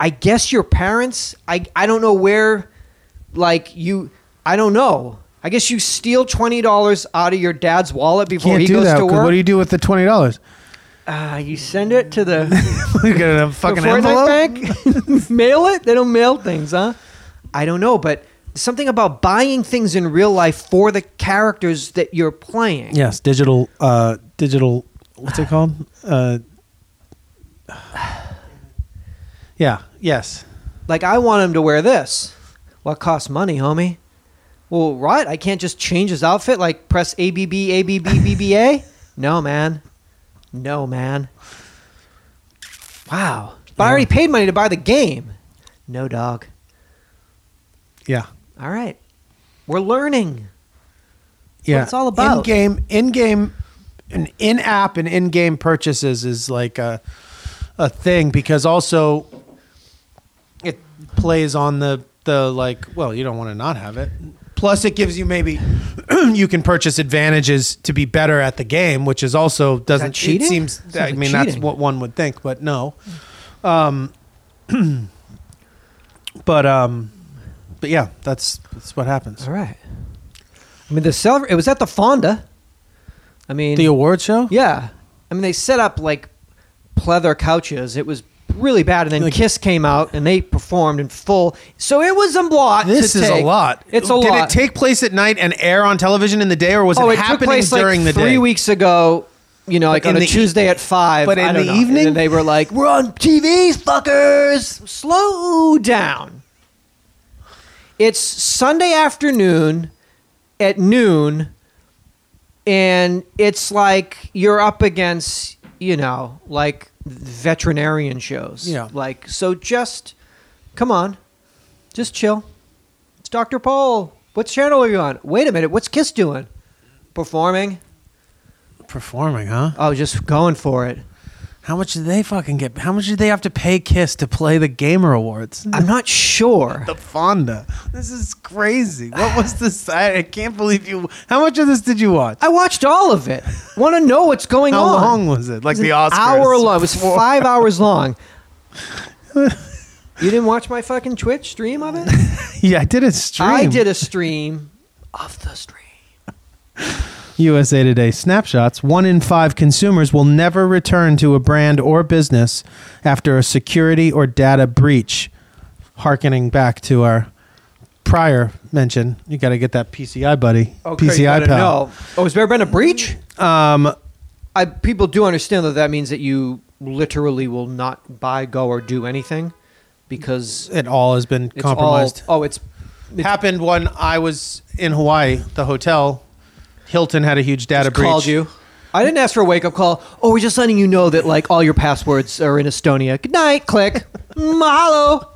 S6: I guess your parents I I don't know where like you I don't know. I guess you steal twenty dollars out of your dad's wallet before
S7: can't
S6: he
S7: do
S6: goes
S7: that.
S6: to
S7: 'cause
S6: work.
S7: What do you do with the twenty dollars?
S6: uh, you send it to the
S7: You got a fucking envelope.
S6: Fortnite bank? mail it? They don't mail things, huh? I don't know, but something about buying things in real life for the characters that you're playing.
S7: Yes, digital. Uh, digital. What's it called? Uh, yeah. Yes.
S6: Like I want him to wear this. Well, it costs money, homie. Well, right? I can't just change his outfit. Like press A B B A B B B B A. No, man. No, man. Wow. But I already paid money to buy the game. No, dog.
S7: Yeah.
S6: All right. We're learning.
S7: Yeah.
S6: it's all about.
S7: In game. In game. An in-app and in-game purchases is like a a thing because also it plays on the the like well you don't want to not have it plus it gives you maybe you can purchase advantages to be better at the game which is also doesn't
S6: cheating?
S7: it seems
S6: Sounds
S7: i
S6: like
S7: mean that's
S6: cheating.
S7: what one would think but no um but um but yeah that's that's what happens
S6: All right. I mean, the silver. It was at the Fonda. I mean,
S7: the award show
S6: yeah. I mean, they set up like pleather couches. It was really bad, and then
S7: Like-
S6: Kiss came out and they performed in full. So it was a lot. to
S7: This is a
S6: take.
S7: lot.
S6: It's a
S7: Did it
S6: lot.
S7: take place at night and air on television in the day, or was
S6: oh,
S7: it,
S6: it took
S7: happening
S6: place
S7: during
S6: like
S7: the
S6: three
S7: day?
S6: weeks ago. You know, like
S7: in
S6: on a
S7: the e-
S6: Tuesday at five.
S7: but
S6: I
S7: in
S6: don't
S7: the
S6: know.
S7: evening?
S6: and they were like, "We're on TV, fuckers. Slow down." It's Sunday afternoon at noon, and it's like you're up against, you know, like veterinarian shows.
S7: Yeah.
S6: Like so, just come on, just chill. It's Dr. Paul. What channel are you on? Wait a minute. What's Kiss doing? Performing?
S7: Performing, huh?
S6: Oh, just going for it.
S7: How much do they fucking get? How much do they have to pay Kiss to play the Gamer Awards?
S6: I'm not sure.
S7: The Fonda. This is crazy. What was this? I, I can't believe you. How much of this did you watch?
S6: I watched all of it. Want to know what's going
S7: How
S6: on?
S7: long was it? Like
S6: It was
S7: the
S6: an
S7: Oscars?
S6: Hour long. It was
S7: Four-
S6: five hours long. you didn't watch my fucking Twitch stream of it?
S7: Yeah, I did a stream.
S6: I did a stream of the stream.
S7: USA Today snapshots. One in five consumers will never return to a brand or business after a security or data breach. Harkening back to our prior mention, you got to get that PCI buddy, PCI pal.
S6: No. Oh, has there been a breach?
S7: Um,
S6: I, people do understand that that means that you literally will not buy, go, or do anything because
S7: it all has been
S6: it's
S7: compromised.
S6: all. Oh, it's
S7: Happened when I was in Hawaii, the hotel. Hilton had a huge data
S6: Just
S7: breach.
S6: called you. I didn't ask for a wake up call. Oh, we're just letting you know that like all your passwords are in Estonia. Good night. Click. Mm, Mahalo.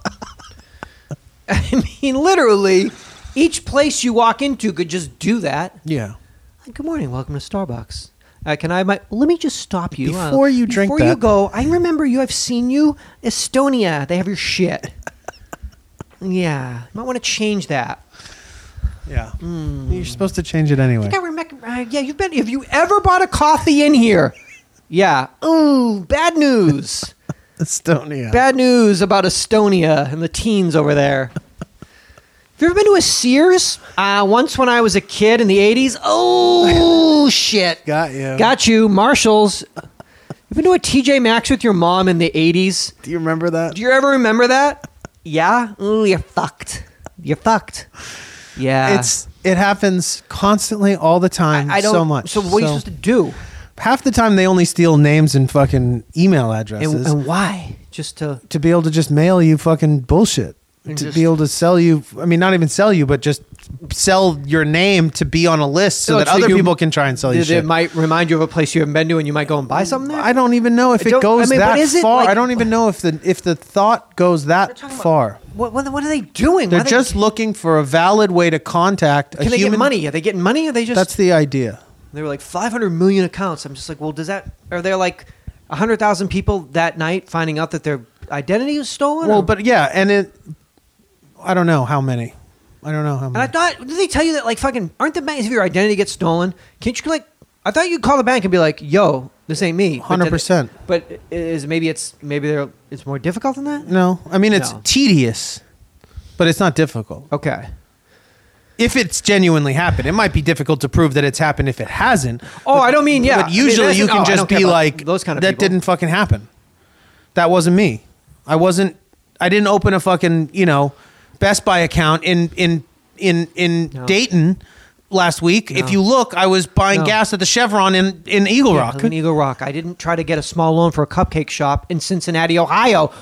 S6: I mean, literally, each place you walk into could just do that.
S7: Yeah.
S6: Good morning. Welcome to Starbucks. Uh, can I? have My, let me just stop you Uh,
S7: Before you drink
S6: Before you
S7: that-
S6: go, I remember you. I've seen you, Estonia. They have your shit. yeah, might want to change that.
S7: Yeah. You're supposed to change it anyway.
S6: Yeah, Rebecca, uh, yeah, you've been. Have you ever bought a coffee in here? Yeah. Ooh, bad news.
S7: Estonia.
S6: Bad news about Estonia and the teens over there. Have you ever been to a Sears? Uh, once when I was a kid in the 80s. Oh, shit.
S7: Got you.
S6: Got you. Marshalls. You've been to a TJ Maxx with your mom in the 80s.
S7: Do you remember that?
S6: Do you ever remember that? Yeah? Ooh, you're fucked. You're fucked. Yeah.
S7: it's it happens constantly all the time
S6: I don't,
S7: so much
S6: So, what are you supposed to do?
S7: half the time they only steal names and fucking email addresses
S6: and, and why? Just to
S7: to be able to just mail you fucking bullshit to
S6: And just-
S7: be able to sell you i mean not even sell you but just sell your name to be on a list so
S6: No,
S7: that
S6: Oh, so
S7: other
S6: you-
S7: people can try and sell you
S6: it,
S7: shit
S6: might remind you of a place you haven't been to, and you might go and buy something there.
S7: i don't even know if
S6: Mm, I
S7: it
S6: don't-
S7: goes
S6: I mean, but
S7: that
S6: is it
S7: far
S6: like-
S7: i don't even know if the if the thought goes that far
S6: What, what, what are they doing? Why
S7: They're
S6: are they-
S7: just looking for a valid way to contact a
S6: Can they
S7: human.
S6: get money? Are they getting money? Or are they just?
S7: That's the idea.
S6: they were like 500 million accounts. I'm just like, well, does that? Are there like 100,000 people that night finding out that their identity was stolen?
S7: Well,
S6: Or-
S7: but yeah, and it. I don't know how many. I don't know how
S6: and I
S7: many.
S6: thought, did they tell you that like fucking aren't the banks if your identity gets stolen? Can't you like? I thought you'd call the bank and be like, yo, this ain't me. But did it-
S7: 100%.
S6: But it is maybe it's maybe they're it's more difficult than that.
S7: no, I mean it's
S6: No.
S7: tedious, but it's not difficult.
S6: Okay.
S7: If it's genuinely happened, it might be difficult to prove that it's happened. If it hasn't,
S6: Oh, I don't mean yeah.
S7: But usually
S6: I mean,
S7: you
S6: that's-
S7: can
S6: oh, I
S7: just
S6: don't care
S7: be
S6: about
S7: like,
S6: those kind of
S7: that
S6: people.
S7: didn't fucking happen. That wasn't me. I wasn't. I didn't open a fucking you know Best Buy account in in in in
S6: No.
S7: Dayton last week. If you look, I was buying
S6: No.
S7: gas at the Chevron in in Eagle
S6: Yeah,
S7: Rock.
S6: I'm an Eagle Rock. I didn't try to get a small loan for a cupcake shop in Cincinnati, Ohio.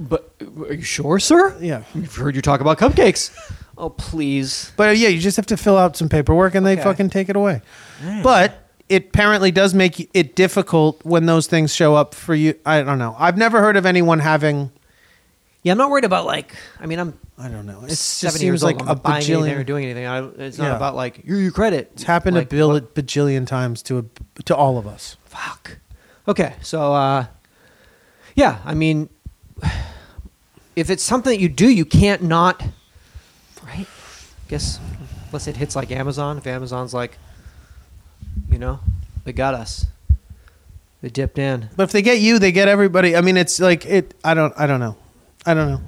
S6: But are you sure, sir?
S7: Yeah.
S6: We've heard you talk about cupcakes. Oh, please.
S7: But uh, yeah, you just have to fill out some paperwork and they
S6: Okay. Mm.
S7: fucking take it away. But it apparently does make it difficult when those things show up for you. I don't know. I've never heard of anyone having.
S6: Yeah, I'm not worried about like. I mean, I'm
S7: I don't know. It just
S6: 70
S7: seems
S6: years old.
S7: like
S6: I'm
S7: a
S6: not buying anything
S7: bajillion-
S6: or doing anything. I, it's
S7: Yeah.
S6: not about like your your credit.
S7: It's happened
S6: like,
S7: a bill a bajillion times to a, to all of us.
S6: Fuck. Okay, so uh, yeah, I mean, if it's something that you do, you can't not, right? Guess unless it hits like Amazon. If Amazon's like, you know, they got us. They dipped in.
S7: But if they get you, they get everybody. I mean, it's like it. I don't. I don't know. I don't know.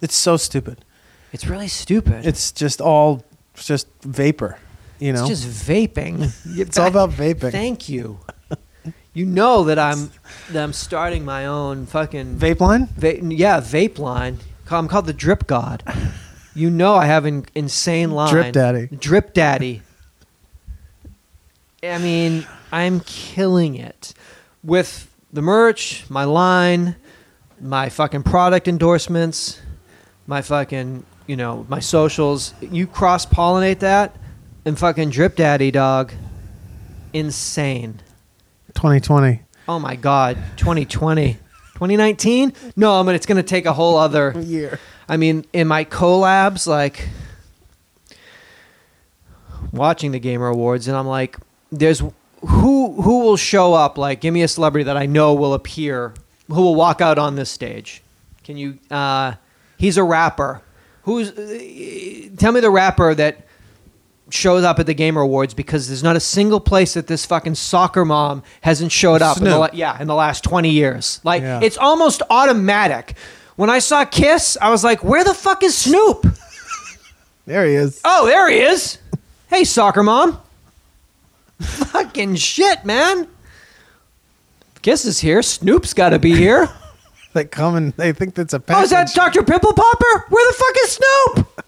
S7: It's so stupid.
S6: It's really stupid.
S7: It's just all it's just vapor. You know.
S6: It's just vaping.
S7: It's all about vaping.
S6: Thank you. You know that I'm that I'm starting my own fucking
S7: vape line.
S6: Va- yeah, vape line. Ca- I'm called the Drip God. You know I have an insane line.
S7: Drip Daddy.
S6: Drip Daddy. I mean, I'm killing it with the merch, my line, my fucking product endorsements, my fucking you know my socials. You cross pollinate that, and fucking Drip Daddy dog, insane.
S7: Twenty twenty.
S6: Oh my God, 2020. 2019? No, but it's going to take a whole other year. I mean, in my collabs, like watching the Gamer Awards, and I'm like, there's who who will show up? Like, give me a celebrity that I know will appear, who will walk out on this stage. Can you? Uh, he's a rapper. Who's? uh, Tell me the rapper that shows up at the Gamer Awards because there's not a single place that this fucking soccer mom hasn't showed up. In the,
S7: Snoop.
S6: la- yeah, in the last 20 years. Like,
S7: Yeah.
S6: it's almost automatic. When I saw Kiss, I was like, where the fuck is Snoop?
S7: There he is.
S6: Oh, there he is. Hey, soccer mom. Fucking shit, man. Kiss is here. Snoop's got to be here.
S7: They come and they think that's a package.
S6: Oh, is that Dr. Pimple Popper? Where the fuck is Snoop?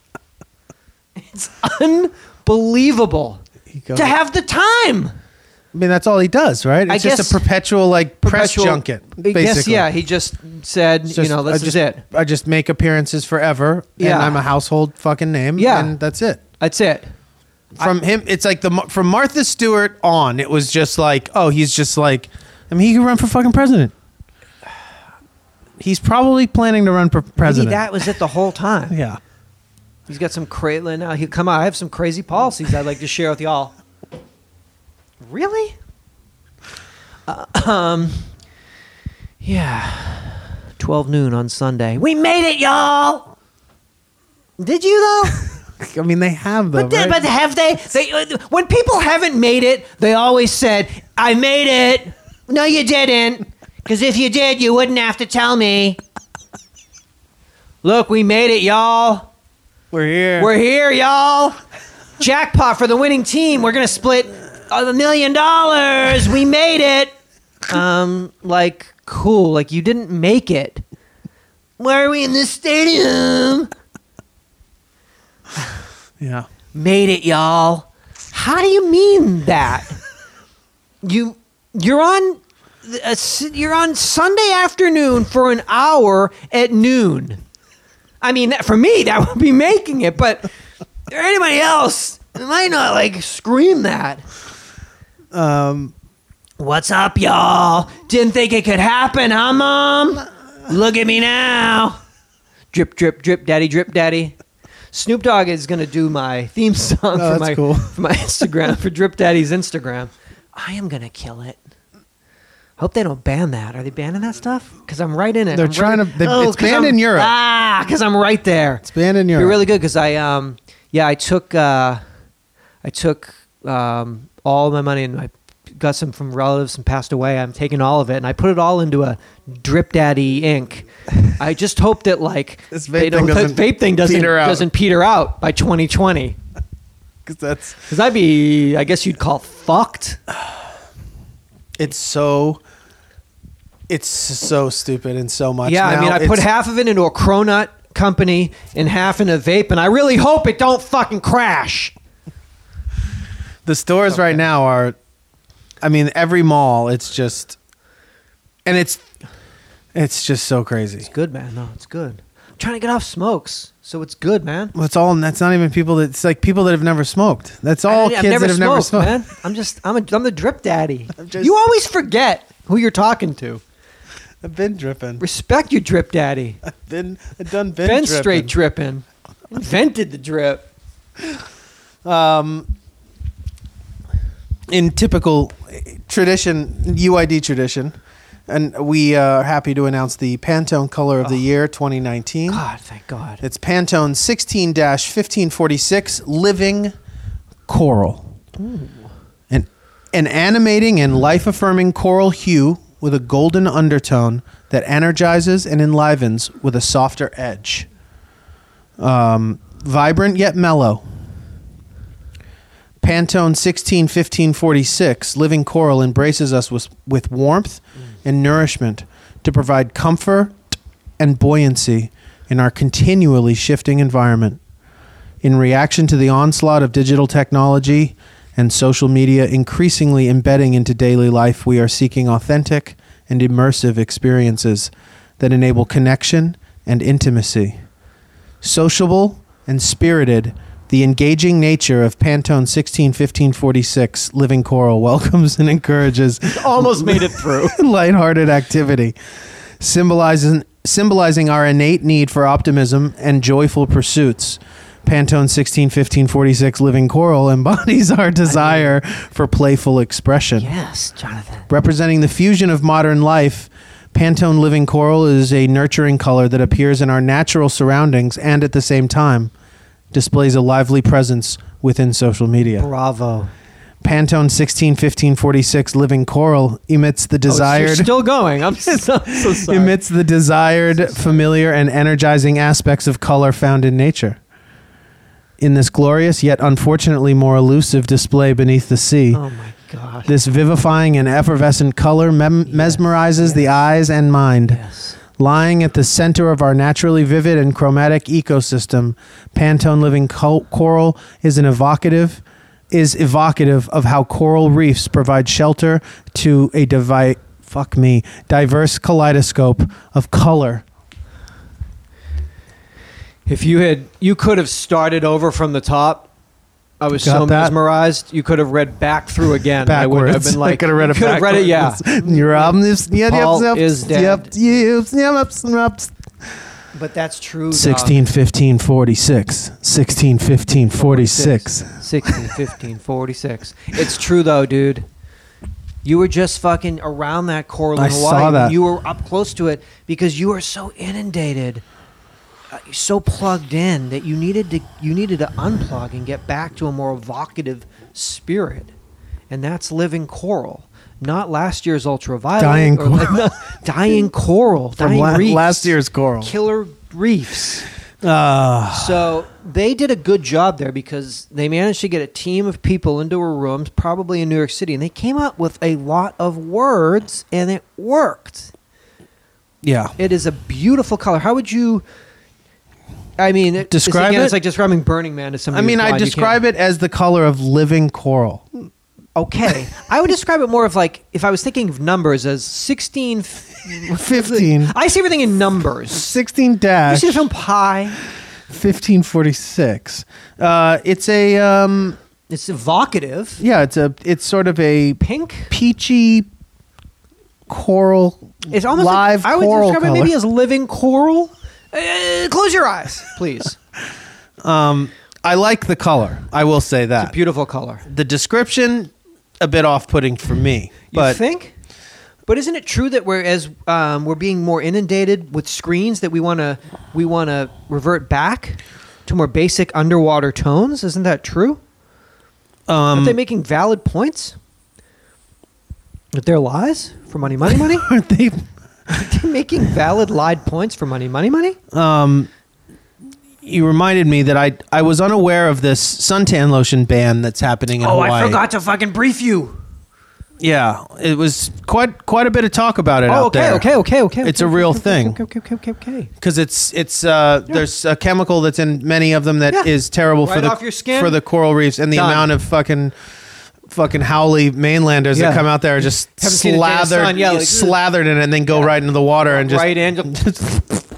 S6: It's unbelievable
S7: He goes-
S6: to have the time.
S7: I mean, that's all he does, right? It's
S6: I
S7: just
S6: guess-
S7: a perpetual like press
S6: Perpetual-
S7: junket.
S6: I
S7: Basically.
S6: guess, yeah. He just said,
S7: It's
S6: you know,
S7: I
S6: this
S7: just,
S6: is it.
S7: I just make appearances forever,
S6: Yeah.
S7: and I'm a household fucking name.
S6: Yeah.
S7: and that's it.
S6: That's it.
S7: From him, it's like the Mar- from Martha Stewart on. It was just like, oh, he's just like, I mean, he could run for fucking president. He's probably planning to run for
S6: Maybe
S7: president.
S6: that was it the whole time.
S7: yeah,
S6: He's got some crazy. Now he come on. I have some crazy policies I'd like to share with y'all. Really? Uh, um. Yeah. Twelve noon on Sunday. We made it, y'all. Did you though?
S7: I mean, they have them.
S6: but, they-
S7: right?
S6: but have they? They uh, when people haven't made it, they always said, "I made it." No, you didn't. Because if you did, you wouldn't have to tell me. Look, we made it, y'all.
S7: We're here.
S6: We're here, y'all. Jackpot for the winning team. We're gonna split a million dollars. We made it. Um, like cool. Like you didn't make it. Why are we in this stadium?
S7: yeah,
S6: Made it, y'all. How do you mean that? You you're on a uh, s- you're on Sunday afternoon for an hour at noon. I mean, that, for me, that would be making it, but for anybody else, they might not like scream that.
S7: um,
S6: What's up, y'all? Didn't think it could happen, huh, Mom? Look at me now. drip, drip, drip, daddy, drip, daddy. Snoop Dogg is going to do my theme song
S7: Oh,
S6: for,
S7: that's
S6: my,
S7: cool.
S6: for my Instagram, for Drip Daddy's Instagram. I am going to kill it. Hope they don't ban that. Are they banning that stuff? Because I'm right in it.
S7: They're
S6: I'm
S7: trying
S6: right-
S7: to- they- it's
S6: 'cause
S7: banned
S6: I'm-
S7: in Europe.
S6: Ah, because I'm right there. It's
S7: banned in
S6: You're
S7: Europe.
S6: really good because I um yeah I took uh I took um all my money and I got some from relatives and passed away. I'm taking all of it and I put it all into a Drip Daddy Inc. I just hope that like
S7: This vape
S6: they don't-
S7: thing doesn't
S6: the vape thing doesn't
S7: peter out.
S6: doesn't peter out by 2020
S7: Because that's
S6: because I'd be I guess you'd call fucked.
S7: it's so it's so stupid and so much.
S6: Yeah, I
S7: now.
S6: mean, I put
S7: It's-
S6: half of it into a cronut company and half in a vape, and I really hope it don't fucking crash.
S7: the stores right now are. I mean, every mall. It's just, and it's, it's just so crazy.
S6: It's good, man. No, it's good. I'm trying to get off smokes, so it's good, man.
S7: Well, it's all. That's not even people. That, it's like people that have never smoked. That's all
S6: I-
S7: kids that have never smoked.
S6: man. I'm just, I'm, a, I'm the drip daddy.
S7: just-
S6: you always forget who you're talking to.
S7: I've been dripping.
S6: Respect your drip daddy.
S7: Been I've done been,
S6: Been
S7: dripping.
S6: straight dripping. Invented the drip.
S7: in typical tradition, UID tradition, and we uh, are happy to announce the Pantone color of the year 2019.
S6: Oh, God, thank God.
S7: It's Pantone 16 1546 Living Coral. An, an animating and life affirming coral hue with a golden undertone that energizes and enlivens with a softer edge. Um, vibrant yet mellow. Pantone 16 1546 Living Coral embraces us with, with warmth and nourishment to provide comfort and buoyancy in our continually shifting environment. In reaction to the onslaught of digital technology and social media increasingly embedding into daily life, we are seeking authentic and immersive experiences that enable connection and intimacy. Sociable and spirited, the engaging nature of Pantone 161546 Living Coral welcomes and encourages
S6: Almost made it through.
S7: lighthearted activity, symbolizing symbolizing our innate need for optimism and joyful pursuits. Pantone 16 15 46 Living Coral embodies our desire for playful expression.
S6: yes, Jonathan.
S7: Representing the fusion of modern life, Pantone Living Coral is a nurturing color that appears in our natural surroundings and at the same time displays a lively presence within social media.
S6: Bravo. Oh,
S7: Pantone 16 15 46 Living Coral emits the
S6: You're
S7: desired
S6: Oh, still going. I'm so, so sorry.
S7: emits the desired, familiar, and energizing aspects of color found in nature. In this glorious yet unfortunately more elusive display beneath the sea,
S6: Oh my god.
S7: this vivifying and effervescent color mem- mesmerizes the eyes and mind.
S6: yes.
S7: Lying at the center of our naturally vivid and chromatic ecosystem, Pantone living co- coral is an evocative is evocative of how coral reefs provide shelter to a divi- fuck me diverse kaleidoscope of color.
S6: If you had, you could have started over from the top. I was
S7: Got
S6: so
S7: that?
S6: mesmerized. You could have read back through again. I would have
S7: Backwards.
S6: been like,
S7: I could have read
S6: you
S7: it
S6: Could have read it. Yeah.
S7: backwards. Your album is yep,
S6: Paul
S7: yep,
S6: is
S7: yep,
S6: dead.
S7: yep, yep, yep,
S6: But that's true.
S7: 16 15 46 16 15 46
S6: 16, 15, 46. It's true though, dude. You were just fucking around that coral in
S7: I
S6: Hawaii.
S7: saw that.
S6: You were up close to it because you were so inundated, uh, you're so plugged in that you needed to you needed to unplug and get back to a more evocative spirit, and that's living coral, not last year's ultraviolet,
S7: Dying
S6: or, like, no, dying coral,
S7: from
S6: dying
S7: la-
S6: reefs,
S7: last year's coral.
S6: killer reefs.
S7: Ah.
S6: So they did a good job there because they managed to get a team of people into a room, probably in New York City, and they came up with a lot of words, and it worked.
S7: yeah.
S6: It is a beautiful color. How would you? I mean, it- it's-
S7: Describe
S6: again,
S7: it?
S6: It's like describing Burning Man to somebody.
S7: I mean, I describe it as the color of living coral.
S6: Okay, I would describe it more of like if I was thinking of numbers as sixteen.
S7: 15,
S6: I see everything in numbers.
S7: 16
S6: You
S7: dash
S6: see the film Pi?
S7: 1546. Uh, it's a, um,
S6: It's evocative.
S7: yeah, it's a, it's sort of a
S6: Pink.
S7: peachy coral.
S6: It's almost
S7: live
S6: like, I would
S7: coral
S6: describe it
S7: color.
S6: maybe as living coral, Uh, close your eyes, please.
S7: I like the color. I will say that.
S6: Beautiful color.
S7: the description a bit off-putting for me,
S6: You
S7: but
S6: think? But isn't it true that we're as um, we're being more inundated with screens that we want to we want to revert back to more basic underwater tones? Isn't that true? Aren't they making valid points? That they're lies for money, money, money.
S7: aren't they
S6: Are they making valid lied points for money, money, money?
S7: you reminded me that I I was unaware of this suntan lotion ban that's happening in
S6: oh,
S7: Hawaii.
S6: I forgot to fucking brief you.
S7: Yeah, it was quite quite a bit of talk about it
S6: Oh,
S7: out
S6: okay,
S7: there.
S6: okay, okay, okay.
S7: It's
S6: okay,
S7: a
S6: okay,
S7: real
S6: okay,
S7: thing.
S6: Okay, okay, okay, okay, okay.
S7: because it's it's uh, there's a chemical that's in many of them that is
S6: Yeah.
S7: terrible for
S6: Right
S7: the
S6: off your skin.
S7: for the coral reefs and the
S6: Done.
S7: amount of fucking fucking howley mainlanders
S6: Yeah.
S7: that come out there are just
S6: Haven't seen a day of
S7: slathered
S6: sun, yeah, like-
S7: slathered in it and then go right into the water and just
S6: right in.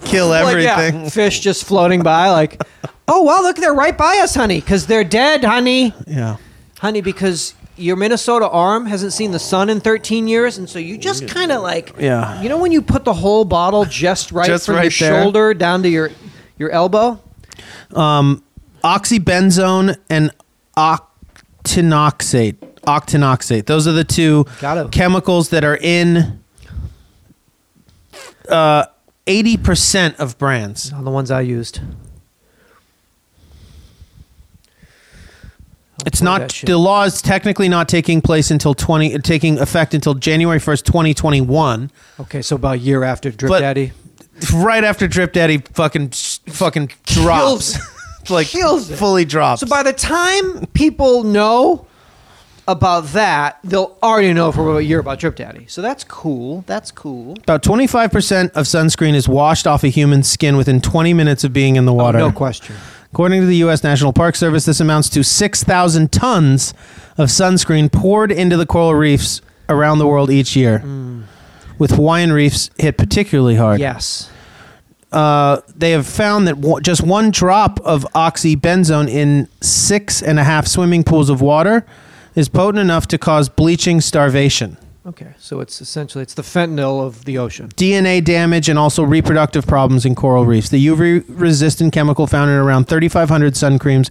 S7: kill
S6: Like, yeah,
S7: everything.
S6: fish just floating by, like, oh wow, look, they're right by us, honey, because they're dead, honey,
S7: yeah.
S6: honey, because your Minnesota arm hasn't seen the sun in 13 years, and so you just kind of like,
S7: Yeah.
S6: you know, when you put the whole bottle just right
S7: Just
S6: from
S7: right
S6: your
S7: there.
S6: shoulder down to your your elbow.
S7: oxybenzone and octinoxate. Octinoxate. Those are the two
S6: Got it.
S7: chemicals that are in uh, eighty percent of brands.
S6: On Oh, the ones I used.
S7: It's
S6: boy,
S7: not
S6: that shit.
S7: the law is technically not taking place until twenty, taking effect until January first, twenty twenty one.
S6: Okay, so about a year after Drip
S7: But-
S6: Daddy
S7: Right after Drip Daddy fucking fucking drops, like
S6: Kills it.
S7: fully drops.
S6: So by the time people know about that, they'll already know for about a year about Drip Daddy. So that's cool. That's cool.
S7: About 25% of sunscreen is washed off a human skin within 20 minutes of being in the water.
S6: Oh, No question.
S7: According to the U.S. National Park Service, this amounts to 6,000 tons of sunscreen poured into the coral reefs around the world each year, with Hawaiian reefs hit particularly hard.
S6: Yes.
S7: Uh, they have found that w- just one drop of oxybenzone in six and a half swimming pools of water is potent enough to cause bleaching starvation.
S6: Okay. So it's essentially it's the fentanyl of the ocean.
S7: DNA damage and also reproductive problems in coral reefs. The UV resistant chemical found in around 3,500 sun creams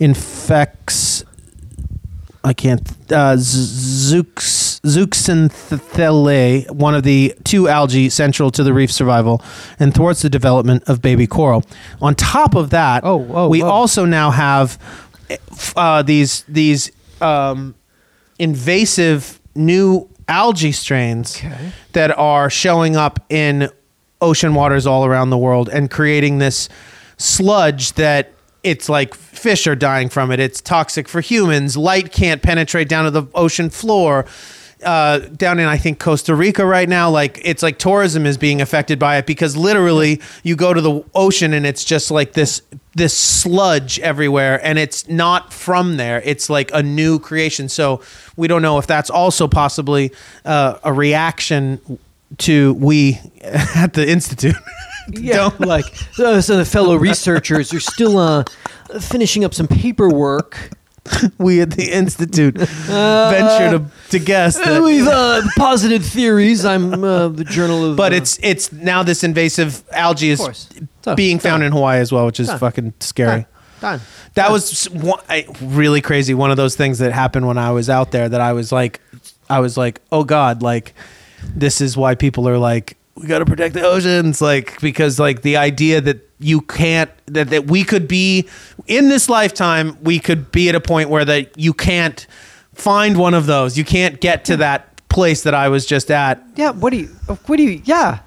S7: infects. I can't. Uh, zoox- Zooxanthellae, one of the two algae central to the reef survival, and thwarts the development of baby coral. On top of that,
S6: Oh, oh,
S7: we
S6: oh.
S7: also now have eh, f- uh, these these um, invasive new algae strains
S6: Okay.
S7: that are showing up in ocean waters all around the world and creating this sludge that it's like fish are dying from it. It's toxic for humans. Light can't penetrate down to the ocean floor. Uh, down in I think Costa Rica right now, like it's like tourism is being affected by it because literally you go to the ocean and it's just like this this sludge everywhere and it's not from there. It's like a new creation. So we don't know if that's also possibly uh, a reaction to we at the institute.
S6: Yeah. like so, so the fellow researchers are still uh, finishing up some paperwork.
S7: we at the institute venture to, to guess that.
S6: With uh, positive theories, I'm uh, the journal of.
S7: but
S6: uh,
S7: it's it's now this invasive algae
S6: course.
S7: is
S6: Done.
S7: being found in Hawaii as well, which is fucking scary.
S6: done.
S7: That was s- one, I, really crazy. One of those things that happened when I was out there that I was like, I was like, oh god, like this is why people are like, we got to protect the oceans, like because like the idea that you can't that that we could be in this lifetime, we could be at a point where that you can't find one of those, you can't get to that place that I was just at.
S6: Yeah. What do you? uh, What do you? Yeah. Are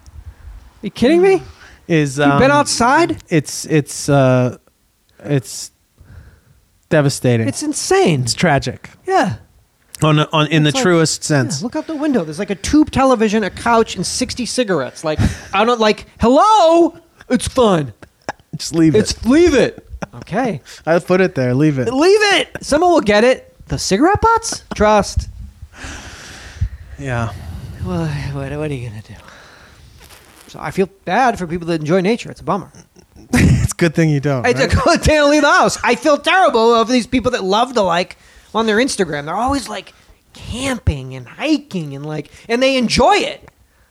S6: you kidding me?
S7: Is
S6: You
S7: um,
S6: been outside?
S7: It's it's uh, it's devastating.
S6: It's insane.
S7: it's tragic.
S6: Yeah.
S7: on, on in the
S6: like-
S7: truest
S6: Yeah,
S7: sense.
S6: look out the window. There's like a tube television, a couch, and 60 cigarettes. Like, I don't like, hello? It's fun.
S7: Just leave it.
S6: It's leave it. Okay.
S7: I put it there. Leave it.
S6: Leave it. Someone will get it. The cigarette butts? Trust.
S7: Yeah.
S6: Well, what, what are you going to do? So I feel bad for people that enjoy nature. It's a bummer.
S7: It's a good thing you don't.
S6: It's a good day to leave the house. I feel terrible of these people that love to like on their Instagram. They're always like camping and hiking and like, and they enjoy it.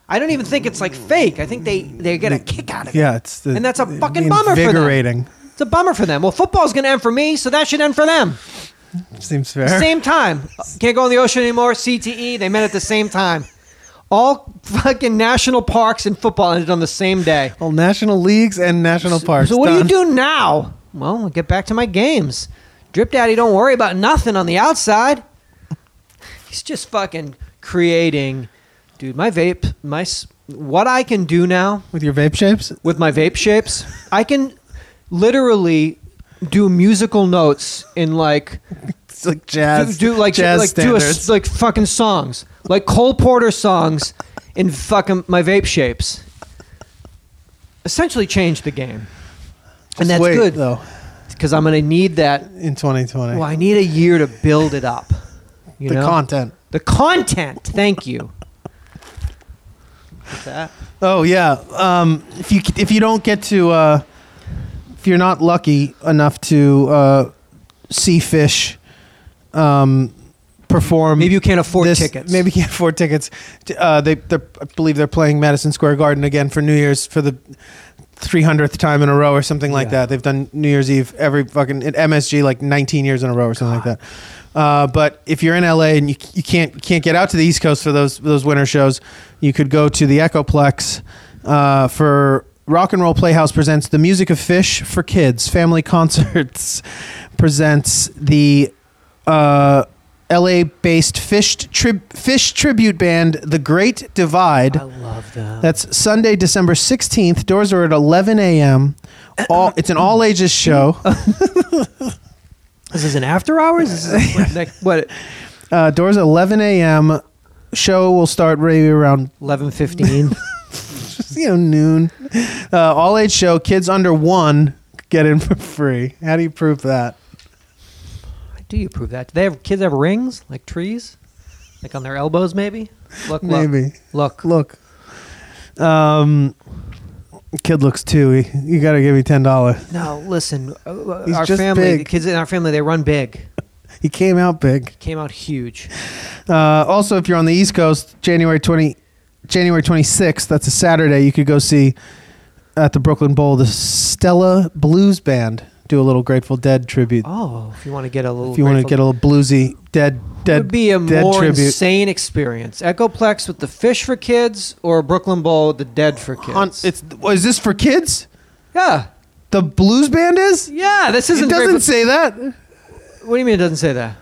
S6: I don't even think it's like fake. I think they they get a kick out of it.
S7: Yeah, it's the,
S6: and that's a fucking
S7: invigorating.
S6: bummer for them.
S7: Invigorating
S6: It's a bummer for them. Well, football's gonna end for me, so that should end for them.
S7: seems fair.
S6: Same time. Can't go in the ocean anymore. CTE. They met at the same time. All fucking national parks and football ended on the same day.
S7: Well, national leagues and national parks.
S6: So what
S7: done.
S6: do you do now? Well, I'll get back to my games. Drip Daddy don't worry about nothing on the outside. He's just fucking creating, dude. My vape, my s- what I can do now
S7: with your vape shapes?
S6: with my vape shapes, I can literally do musical notes in like
S7: It's like jazz.
S6: do, do like
S7: jazz
S6: like do a,
S7: standards.
S6: s- like fucking songs like Cole Porter songs in fucking my vape shapes. Essentially changed the game, and that's
S7: Wait,
S6: good
S7: though.
S6: because I'm gonna need that.
S7: In 2020,
S6: Well, I need a year to build it up. You
S7: the
S6: know?
S7: content.
S6: The content. Thank you. What's that?
S7: Oh yeah. Um, if you if you don't get to uh, if you're not lucky enough to uh, see fish um, perform,
S6: Maybe you can't afford
S7: this-
S6: tickets.
S7: Maybe you can't afford tickets. T- Uh, they they're, I believe they're playing Madison Square Garden again for New Year's for the. 300th time in a row or something like
S6: Yeah.
S7: that. They've done New Year's Eve every fucking at MSG like 19 years in a row or something like that. Uh, but if you're in LA and you, you can't you can't get out to the East Coast for those those winter shows, you could go to the Echoplex uh, for Rock and Roll Playhouse presents the music of fish for kids. Family concerts presents the uh, LA-based fish trib- fish tribute band The Great Divide.
S6: I love that.
S7: That's Sunday, December 16th. Doors are at 11 a.m. All It's an all ages show.
S6: This is an after hours. This is what, like, what
S7: Uh, doors at 11 a.m. Show will start maybe around
S6: eleven fifteen.
S7: you know noon. Uh, all age show. Kids under one get in for free. How do you prove that?
S6: Do you prove that? Do they have kids have rings like trees, like on their elbows? Maybe. Look, look,
S7: Maybe.
S6: look.
S7: Look, um, kid looks two. He- You got to give me ten dollars.
S6: No, listen. uh,
S7: He's
S6: our
S7: just
S6: family,
S7: big.
S6: the kids in our family, they run big.
S7: He came out big.
S6: Came out huge.
S7: Uh, also, if you're on the East Coast, January twenty, January twenty sixth. That's a Saturday. You could go see at the Brooklyn Bowl the Stella Blues Band do a little Grateful Dead tribute.
S6: Oh, if you want to get a little,
S7: if you want to
S6: Grateful
S7: get a little bluesy Dead Dead
S6: would be a
S7: Dead
S6: more
S7: tribute.
S6: insane experience. Echoplex with the fish for kids or Brooklyn Bowl with the dead for kids.
S7: On, it's is this for kids?
S6: yeah.
S7: The Blues Band is.
S6: Yeah, this
S7: It
S6: isn't
S7: doesn't
S6: Grateful-
S7: say that.
S6: What do you mean it doesn't say that?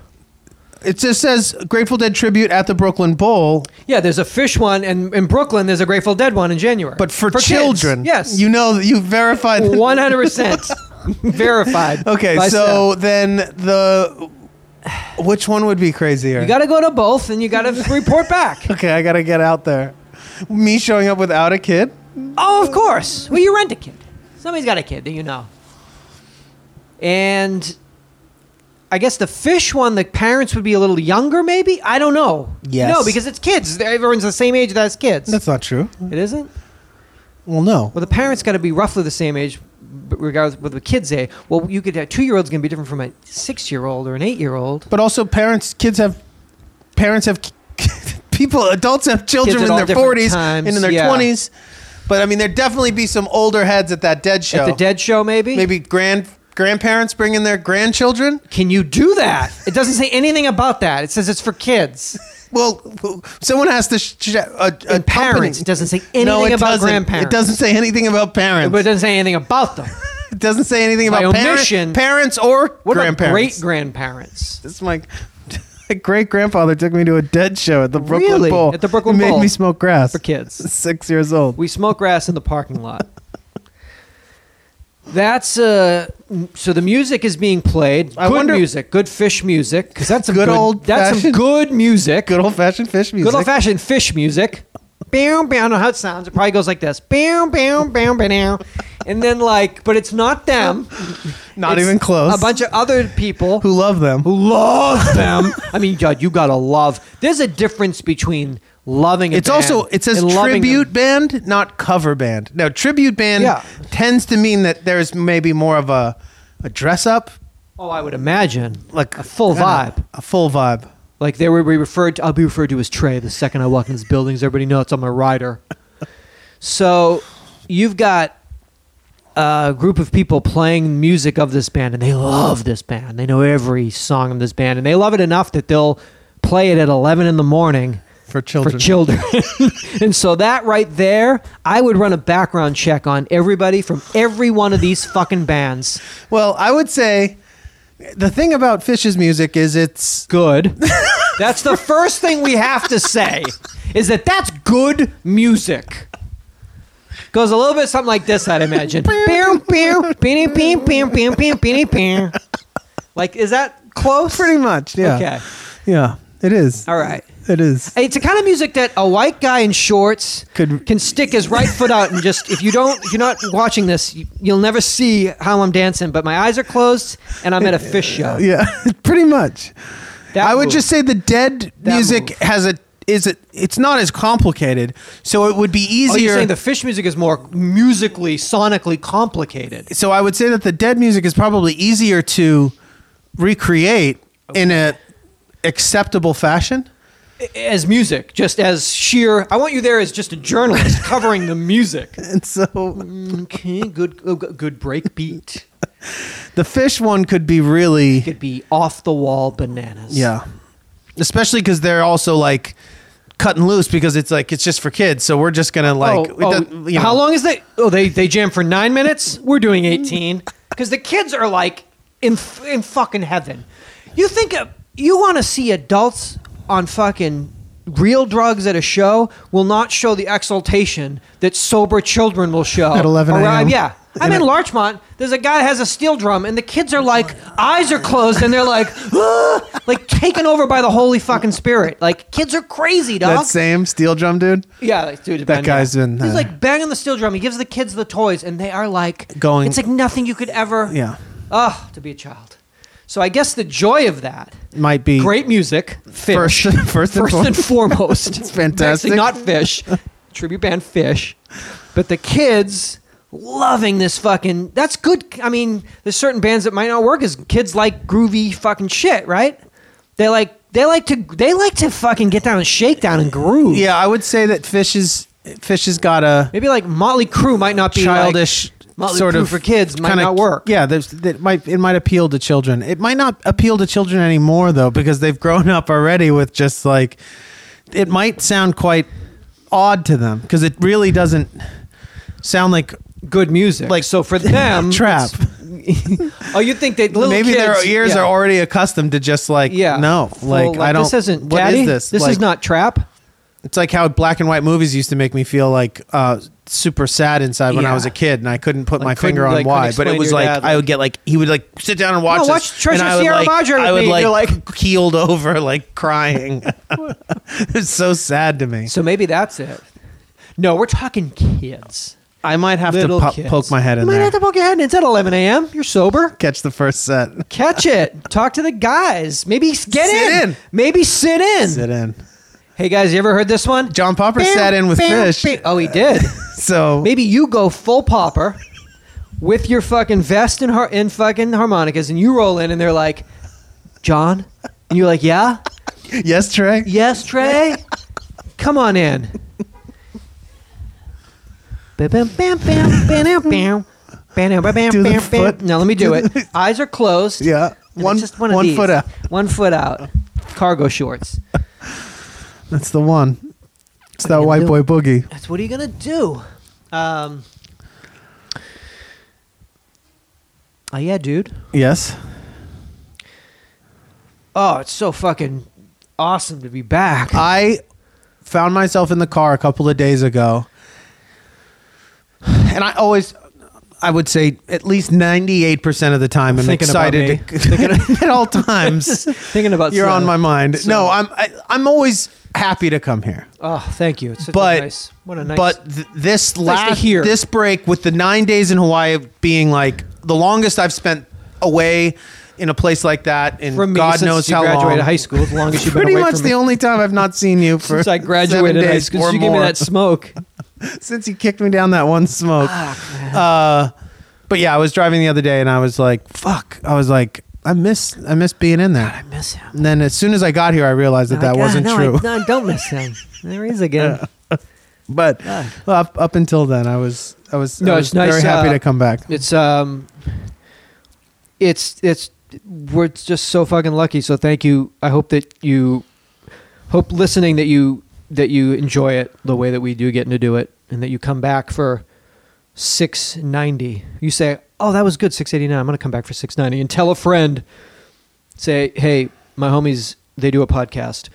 S7: It just says Grateful Dead tribute at the Brooklyn Bowl,
S6: Yeah, there's a fish one and in Brooklyn there's a Grateful Dead one in January.
S7: but for,
S6: kids.
S7: children.
S6: Yes.
S7: you know that you verified. that-
S6: 100% verified.
S7: Okay,
S6: by
S7: so then the which one would be crazier?
S6: You got to go to both and you got to report back.
S7: okay, I gotta get out there. Me showing up without a kid?
S6: Oh, of course. Well, you rent a kid. Somebody's got a kid that you know. And I guess the fish one, the parents would be a little younger, maybe? I don't know.
S7: Yes.
S6: No, because it's kids. They're- Everyone's the same age that has kids.
S7: That's not true.
S6: it isn't?
S7: Well, no.
S6: Well, the parents got to be roughly the same age, b- regardless of what the kids say. Well, you could have two year olds going to be different from a six year old or an eight year old.
S7: But also, parents, kids have, parents have, people, adults have children
S6: Kids at
S7: in
S6: all
S7: their
S6: different
S7: 40s
S6: times,
S7: and in their
S6: yeah.
S7: 20s. But I mean, there'd definitely be some older heads at that dead show.
S6: At the dead show, maybe?
S7: Maybe grand grandparents bringing their grandchildren.
S6: Can you do that? It doesn't say anything about that. It says it's for kids.
S7: Well, who- someone has to. Sh- sh- a, a
S6: And parents. It doesn't say anything
S7: no, it
S6: about
S7: doesn't.
S6: grandparents.
S7: It doesn't say anything about parents.
S6: But it doesn't say anything about them.
S7: It doesn't say anything
S6: By
S7: about parents,
S6: omission-
S7: parents or
S6: What about
S7: grandparents.
S6: great grandparents?
S7: It's my, my great grandfather took me to a dead show at the Brooklyn
S6: Really?
S7: Bowl.
S6: At the Brooklyn
S7: He made
S6: Bowl?
S7: me smoke grass
S6: For kids.
S7: Six years old.
S6: We smoke grass in the parking lot. That's uh, m- so the music is being played.
S7: I
S6: good
S7: wonder-
S6: music, good fish music, because that's some
S7: Good old
S6: That's some
S7: fashioned-
S6: good music.
S7: good old fashioned fish music.
S6: Good old fashioned fish music. Bam, bam. I don't know how it sounds. It probably goes like this. Bam, bam, bam, bam, bam. And then like, but it's not them.
S7: Not
S6: It's
S7: even close.
S6: A bunch of other people
S7: who love them. Oh,
S6: who love them. I mean, God, you gotta love. There's a difference between loving. A
S7: It's
S6: band
S7: also it says
S6: and loving
S7: tribute
S6: them.
S7: band, not cover band. Now tribute band
S6: Yeah.
S7: tends to mean that there's maybe more of a a dress up,
S6: Oh, I would imagine
S7: like
S6: a full
S7: I don't know,
S6: vibe.
S7: a full vibe.
S6: Like they were be referred to, I'll be referred to as Trey the second I walk in these buildings. Everybody knows I'm a rider. So you've got a group of people playing music of this band and they love this band. They know every song of this band and they love it enough that they'll play it at 11 in the morning
S7: for children.
S6: for children. and so that right there, I would run a background check on everybody from every one of these fucking bands.
S7: Well, I would say the thing about Fish's music is it's
S6: Good. That's the first thing we have to say is that that's good music. Goes a little bit something like this, I'd imagine. Pew, pew, pew, pew, pew, pew, pew, pew, pew. Like, is that close?
S7: pretty much yeah
S6: Okay.
S7: yeah it is
S6: All right.
S7: it is
S6: It's the kind of music that a white guy in shorts
S7: Could-
S6: can stick his right foot out and just if you don't if you're not watching this you, you'll never see how I'm dancing but my eyes are closed and I'm at a fish show.
S7: yeah pretty much
S6: That
S7: I would
S6: move.
S7: just say the dead
S6: That
S7: music
S6: move.
S7: has a is it it's not as complicated so it would be
S6: Oh, you're
S7: easier
S6: saying the fish music is more musically sonically complicated.
S7: so I would say that the dead music is probably easier to recreate in a acceptable fashion
S6: as music, just as sheer. I want you there as just a journalist covering the music.
S7: and so
S6: Okay, good, oh, g- good break beat.
S7: the fish one could be really
S6: Could be off the wall bananas.
S7: Yeah. Especially because they're also like cutting loose because it's like it's just for kids. So we're just gonna like
S6: oh,
S7: it
S6: oh,
S7: doesn't- you know.
S6: how long is they? Oh, they they jam for nine minutes. We're doing eighteen because the kids are like in f- in fucking heaven. You think of, you want to see adults on fucking real drugs at a show will not show the exaltation that sober children will show
S7: At 11 a.m..
S6: Around- Yeah. I'm
S7: In
S6: in
S7: a-
S6: Larchmont. There's a guy that has a steel drum, and the kids are like, eyes are closed, and they're like, "Ah!" like taken over by the Holy fucking Spirit. Like kids are crazy, dog.
S7: That same steel drum dude?
S6: Yeah, like, dude,
S7: That guy's
S6: yeah.
S7: been,
S6: He's
S7: uh,
S6: like banging the steel drum. He gives the kids the toys, and they are like
S7: Going-
S6: It's like nothing you could ever.
S7: Yeah.
S6: Oh, to be a child. So I guess the joy of that
S7: Might be
S6: great music.
S7: First-
S6: Fish.
S7: first and
S6: and foremost.
S7: It's fantastic.
S6: Actually, not fish. Tribute band fish, but the kids loving this fucking. That's good. I mean, there's certain bands that might not work as kids like groovy fucking shit, right? They like they like to they like to fucking get down and shake down and groove.
S7: Yeah, I would say that fish is fish has got a
S6: Maybe like Motley Crue might not be
S7: childish
S6: Motley
S7: sort
S6: Crue
S7: of
S6: for kids might
S7: kinda-
S6: not work.
S7: Yeah, there's, that might it might appeal to children. It might not appeal to children anymore though, because they've grown up already with just like it might sound quite odd to them because it really doesn't sound like
S6: like good music. Like so for them,
S7: trap.
S6: it's- Oh, you think that little
S7: maybe their
S6: kids-
S7: ears
S6: yeah.
S7: are already accustomed to just like
S6: yeah
S7: no
S6: Full,
S7: like, I don't
S6: This isn't
S7: what
S6: Daddy.
S7: is this
S6: This
S7: Like,
S6: is not trap.
S7: it's like how black and white movies used to make me feel like uh super sad inside when
S6: Yeah.
S7: I was a kid and I couldn't put
S6: Like,
S7: my
S6: couldn't-
S7: finger on
S6: like, couldn't
S7: why but
S6: explain
S7: it
S6: to
S7: was
S6: your
S7: like
S6: dad,
S7: I would get like he would like sit down and watch
S6: No,
S7: this,
S6: watch Treasure
S7: and I would,
S6: Sierra
S7: like,
S6: Madre with
S7: I would
S6: me,
S7: like,
S6: you're like-
S7: keeled over like crying it's so sad to me
S6: So maybe that's it. No, we're talking kids.
S7: I might have to
S6: Little
S7: po-
S6: kids.
S7: poke my head
S6: You
S7: in
S6: might
S7: there
S6: have to poke your head in. It's at 11 a.m. You're sober.
S7: catch the first set
S6: Catch it. Talk to the guys. Maybe get
S7: Sit
S6: in.
S7: in.
S6: Maybe sit in.
S7: sit in
S6: Hey guys, you ever heard this one?
S7: John Popper
S6: Bam,
S7: sat in with
S6: bam,
S7: fish
S6: bam. Oh, he did.
S7: so
S6: Maybe you go full popper with your fucking vest and, har- and fucking harmonicas, and you roll in, and they're like, John? And you're like, yeah?
S7: yes Trey
S6: Yes, Trey? Come on in. Bam, bam, bam, bam, bam, bam. Bam, bam, bam,
S7: Do the
S6: bam, bam.
S7: foot.
S6: Now let me do it. Eyes are closed.
S7: yeah
S6: And
S7: one
S6: it's just one, of
S7: one
S6: these.
S7: foot out
S6: One foot out. Cargo shorts.
S7: That's the one. It's that
S6: you
S7: white boy
S6: gonna
S7: boogie.
S6: That's what are you gonna do? Um, oh yeah, dude.
S7: Yes.
S6: Oh, it's so fucking awesome to be back.
S7: I found myself in the car a couple of days ago. And I always I would say at least 98% of the time I'm
S6: Thinking about
S7: excited
S6: me. uh,
S7: to, at all times.
S6: Thinking about
S7: You're on
S6: Slim.
S7: my mind.
S6: Slim.
S7: No, I'm I, I'm always happy to come here.
S6: Oh, thank you. It's such
S7: But
S6: a nice. What a nice.
S7: But th- this
S6: nice to
S7: last
S6: hear.
S7: this break with the 9 days in Hawaii being like the longest I've spent away in a place like that and
S6: from me,
S7: God
S6: since
S7: knows
S6: you
S7: how
S6: graduated
S7: long.
S6: high school, as long as you've been
S7: pretty
S6: away
S7: much
S6: from
S7: the
S6: me.
S7: only time I've not seen you for
S6: since I
S7: seven
S6: graduated high
S7: days
S6: school.
S7: or
S6: since You
S7: more.
S6: gave me that smoke.
S7: since you kicked me down that one smoke. uh, but yeah, I was driving the other day and I was like, "Fuck!" I was like, I miss I miss being in there.
S6: miss him.
S7: And then as soon as I got here, I realized that that wasn't
S6: no,
S7: true.
S6: I, no, don't miss him. There he is again.
S7: But up up until then, I was I was, I
S6: No,
S7: was
S6: it's nice,
S7: very happy
S6: uh,
S7: to come back.
S6: It's um, it's it's we're just so fucking lucky. So thank you. I hope that you hope listening that you that you enjoy it the way that we do getting to do it, and that you come back for six ninety. You say, "Oh, that was good, six eighty nine. I'm gonna come back for six ninety, and tell a friend. Say, "Hey, my homies, they do a podcast.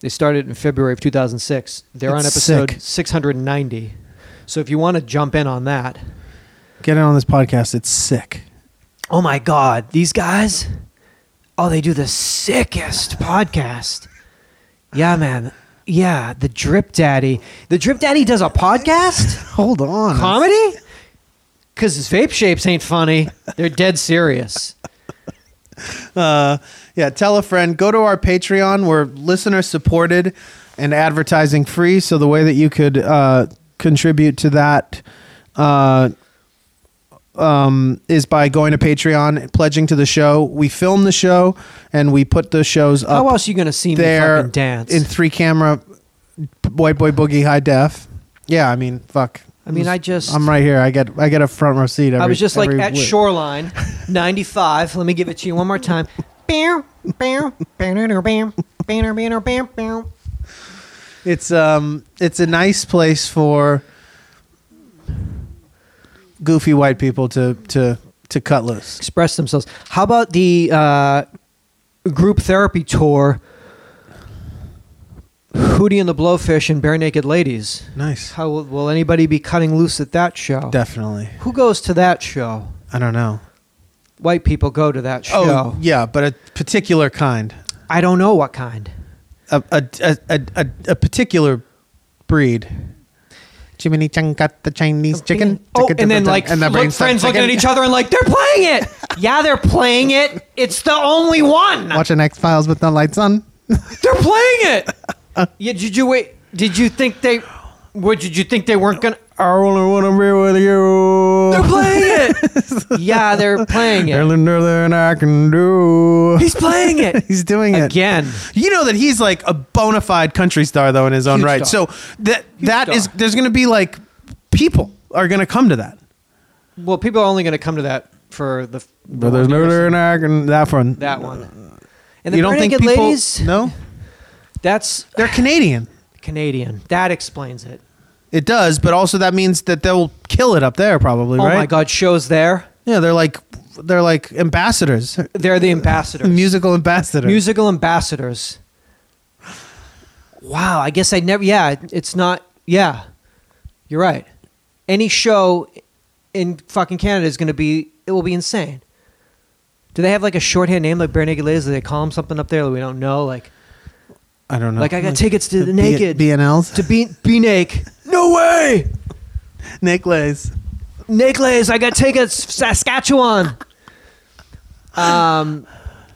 S6: They started in February of 2006. They're on
S7: That's
S6: episode
S7: sick.
S6: 690. So if you want to jump in on that."
S7: Get in on this podcast. It's sick.
S6: oh my god these guys oh they do the sickest podcast yeah man yeah the drip daddy the drip daddy does a podcast
S7: Hold on.
S6: comedy because his vape shapes ain't funny they're dead serious
S7: Uh, Yeah, tell a friend. Go to our Patreon. We're listener supported and advertising free. So the way that you could uh, contribute to that uh, um, is by going to Patreon, pledging to the show. We film the show and we put the shows up
S6: how else you gonna see me
S7: there
S6: fucking dance
S7: in three camera, white boy boogie high def. Yeah, I mean, fuck.
S6: I mean, I just-
S7: I'm right here. I get I get a front row seat. Every,
S6: i was just like
S7: every
S6: at
S7: week.
S6: shoreline 95 let me give it to you one more time Bam, bam, bam, bam, bam, bam, bam, bam.
S7: It's um it's a nice place for goofy white people to to to cut loose.
S6: express themselves. How about the uh, group therapy tour? Hootie and the Blowfish and Bare Naked Ladies.
S7: Nice.
S6: How will, will anybody be cutting loose at that show?
S7: Definitely.
S6: Who goes to that show?
S7: I don't know.
S6: White people go to that show.
S7: Oh, yeah, but a particular kind.
S6: I don't know what kind.
S7: A a a a, a, a particular breed. Jiminy Chung got the Chinese chicken.
S6: Oh, and then like
S7: the
S6: look,
S7: brain stuck
S6: friends looking at
S7: chicken.
S6: each other and like they're playing it. yeah, they're playing it. It's the only one.
S7: Watching X Files with no lights on.
S6: They're playing it. yeah, did you wait? Did you think they? What did you think they weren't gonna?
S7: I only want to be with
S6: They're
S7: you.
S6: playing it. yeah, they're playing it.
S7: Earlier than I can do.
S6: He's playing it
S7: He's doing it
S6: again.
S7: You know that he's like a bona fide country star though in his own
S6: Huge
S7: right.
S6: star.
S7: So that that
S6: star.
S7: is there's going to be like people are going to come to that.
S6: Well, people are only going to come to that for the.
S7: But there's no and I can that one.
S6: that one. And the
S7: You don't
S6: Pretty
S7: think
S6: Good
S7: people
S6: ladies?
S7: No.
S6: That's
S7: They're Canadian.
S6: Canadian. That explains it.
S7: It does, but also that means that they'll kill it up there probably,
S6: Oh
S7: right?
S6: my God! Shows there.
S7: Yeah, they're like they're like ambassadors,
S6: They're the ambassadors.
S7: musical ambassadors.
S6: Musical ambassadors. Wow, I guess I never. Yeah, it's not. Yeah, you're right. Any show in fucking Canada is going to be. It will be insane. Do they have like a shorthand name like Bare Naked Ladies? Do they call them something up there that we don't know? Like,
S7: I don't know.
S6: like I got tickets to
S7: B-
S6: the Naked
S7: BNLs.
S6: to be be naked. No way,
S7: Nick Lays.
S6: Naked Ladies. I got tickets Saskatchewan. Um,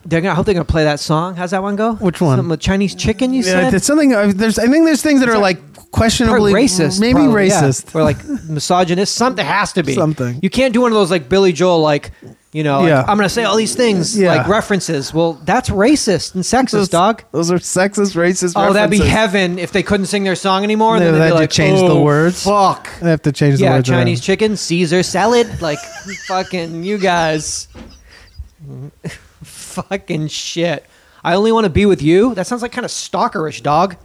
S6: they're gonna. I hope they're gonna play that song. How's that one go?
S7: Which one?
S6: Something with Chinese chicken. You
S7: Yeah,
S6: said
S7: there's something I- there's I think there's things that are like questionably
S6: Probably racist,
S7: maybe
S6: probably, yeah.
S7: racist.
S6: or like misogynist. Something has to be
S7: Something.
S6: You can't do one of those like Billy Joel, like you know, like,
S7: Yeah.
S6: I'm gonna say all these things,
S7: Yeah.
S6: like references. Well, that's racist and sexist,
S7: Those-
S6: dog.
S7: Those are sexist, racist.
S6: Oh, that'd be
S7: references.
S6: heaven if they couldn't sing their song anymore.
S7: They
S6: then
S7: would
S6: they'd
S7: have
S6: be
S7: to
S6: like,
S7: change the
S6: "Oh,
S7: words.
S6: Fuck.
S7: They have to change the
S6: Yeah,
S7: words. around.
S6: Chinese chicken, Caesar salad, like fucking you guys. fucking shit. I only want to be with you. That sounds like kind of stalkerish, dog.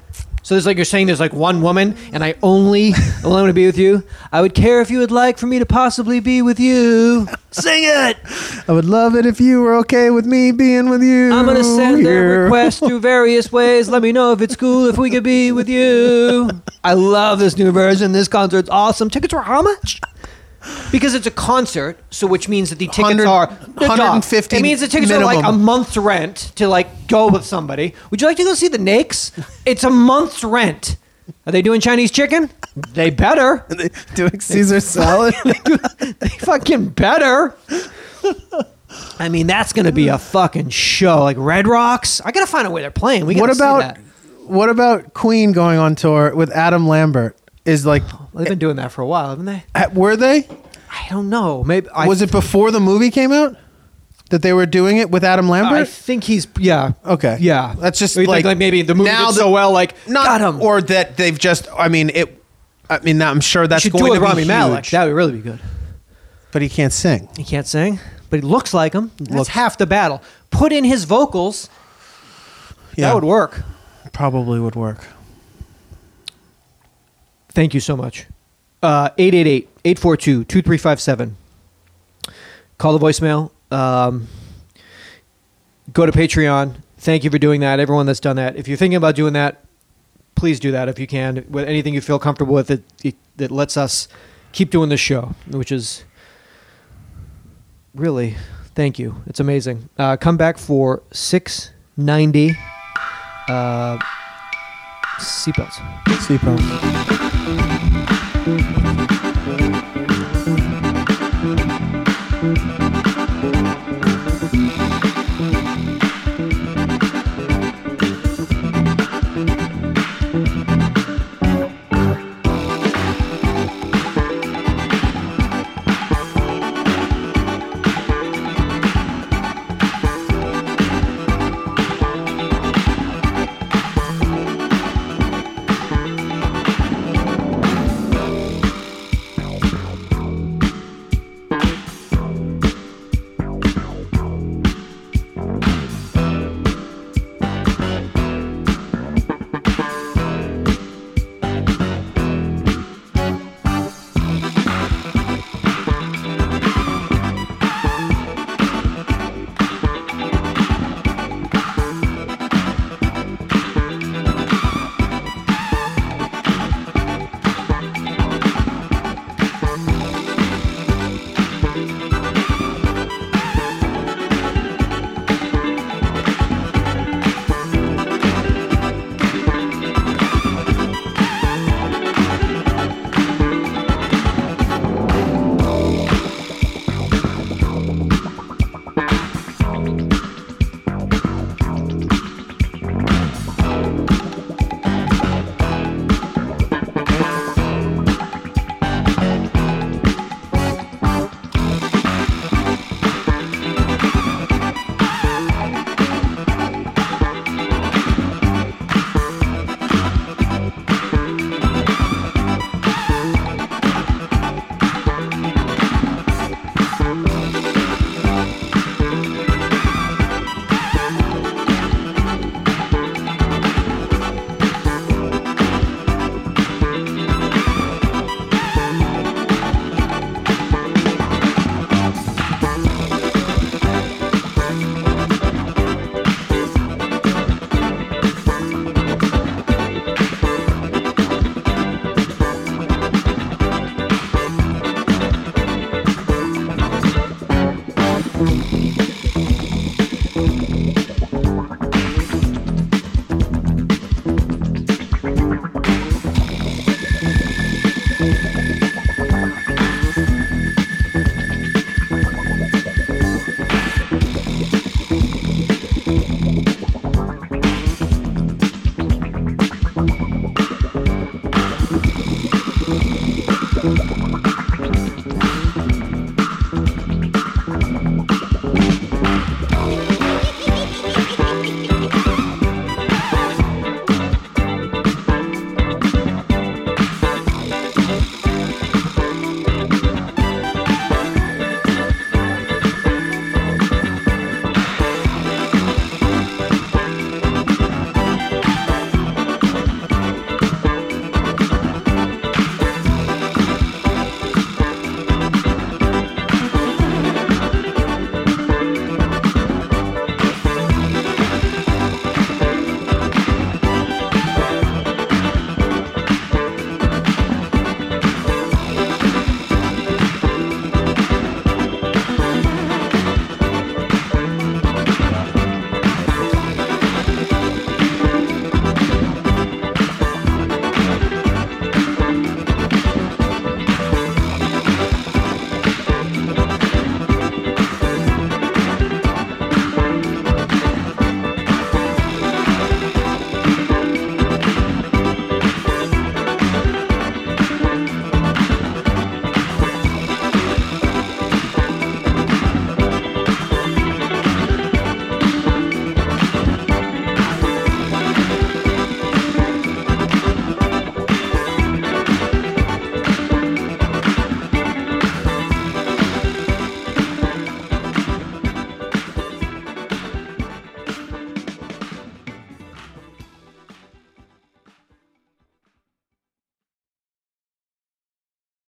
S6: So there's like you're saying there's like one woman and I only only want to be with you. I would care if you would like for me to possibly be with you. Sing it.
S7: I would love it if you were okay with me being with you.
S6: I'm gonna send
S7: here.
S6: a request through various ways. Let me know if it's cool if we could be with you. I love this new version. This concert's awesome. Tickets were how much? Because it's a concert, so which means that the tickets
S7: 100
S6: are
S7: 150
S6: It means the tickets are like a
S7: minimum.
S6: month's rent to like go with somebody. Would you like to go see the Nakes? It's a month's rent. Are they doing Chinese chicken? They better.
S7: Doing Caesar salad.
S6: They fucking better. I mean, that's gonna be a fucking show. Like Red Rocks, I gotta find out where they're playing. We gotta
S7: what
S6: see
S7: about
S6: that.
S7: what about Queen going on tour with Adam Lambert? Is like,
S6: Well, they've been doing that for a while, haven't they?
S7: at- were they?
S6: I don't know. Maybe I
S7: Was it before the movie came out? that they were doing it with Adam
S6: I
S7: Lambert?
S6: think he's yeah.
S7: okay.
S6: Yeah.
S7: That's just
S6: Or you think,
S7: like,
S6: maybe the movie
S7: now
S6: did
S7: that-
S6: so well, like
S7: not,
S6: got him.
S7: Or that they've just, I mean, it, I mean, I'm sure
S6: You
S7: that's
S6: should
S7: going
S6: do it
S7: to
S6: with
S7: be
S6: Rami
S7: huge,
S6: Malek. That would really be good.
S7: but he can't sing.
S6: He can't sing, but he looks like him. That's
S7: Looks-
S6: half the battle. Put in his vocals.
S7: Yeah.
S6: That would work.
S7: Probably would work.
S6: Thank you so much. Uh, 888 842 2357. Call the voicemail. Um, go to Patreon. Thank you for doing that. Everyone that's done that. If you're thinking about doing that, please do that if you can. With anything you feel comfortable with, it, it, that lets us keep doing this show, which is really thank you. It's amazing. Uh, come back for 690 uh, seatbelts.
S7: Sleepo.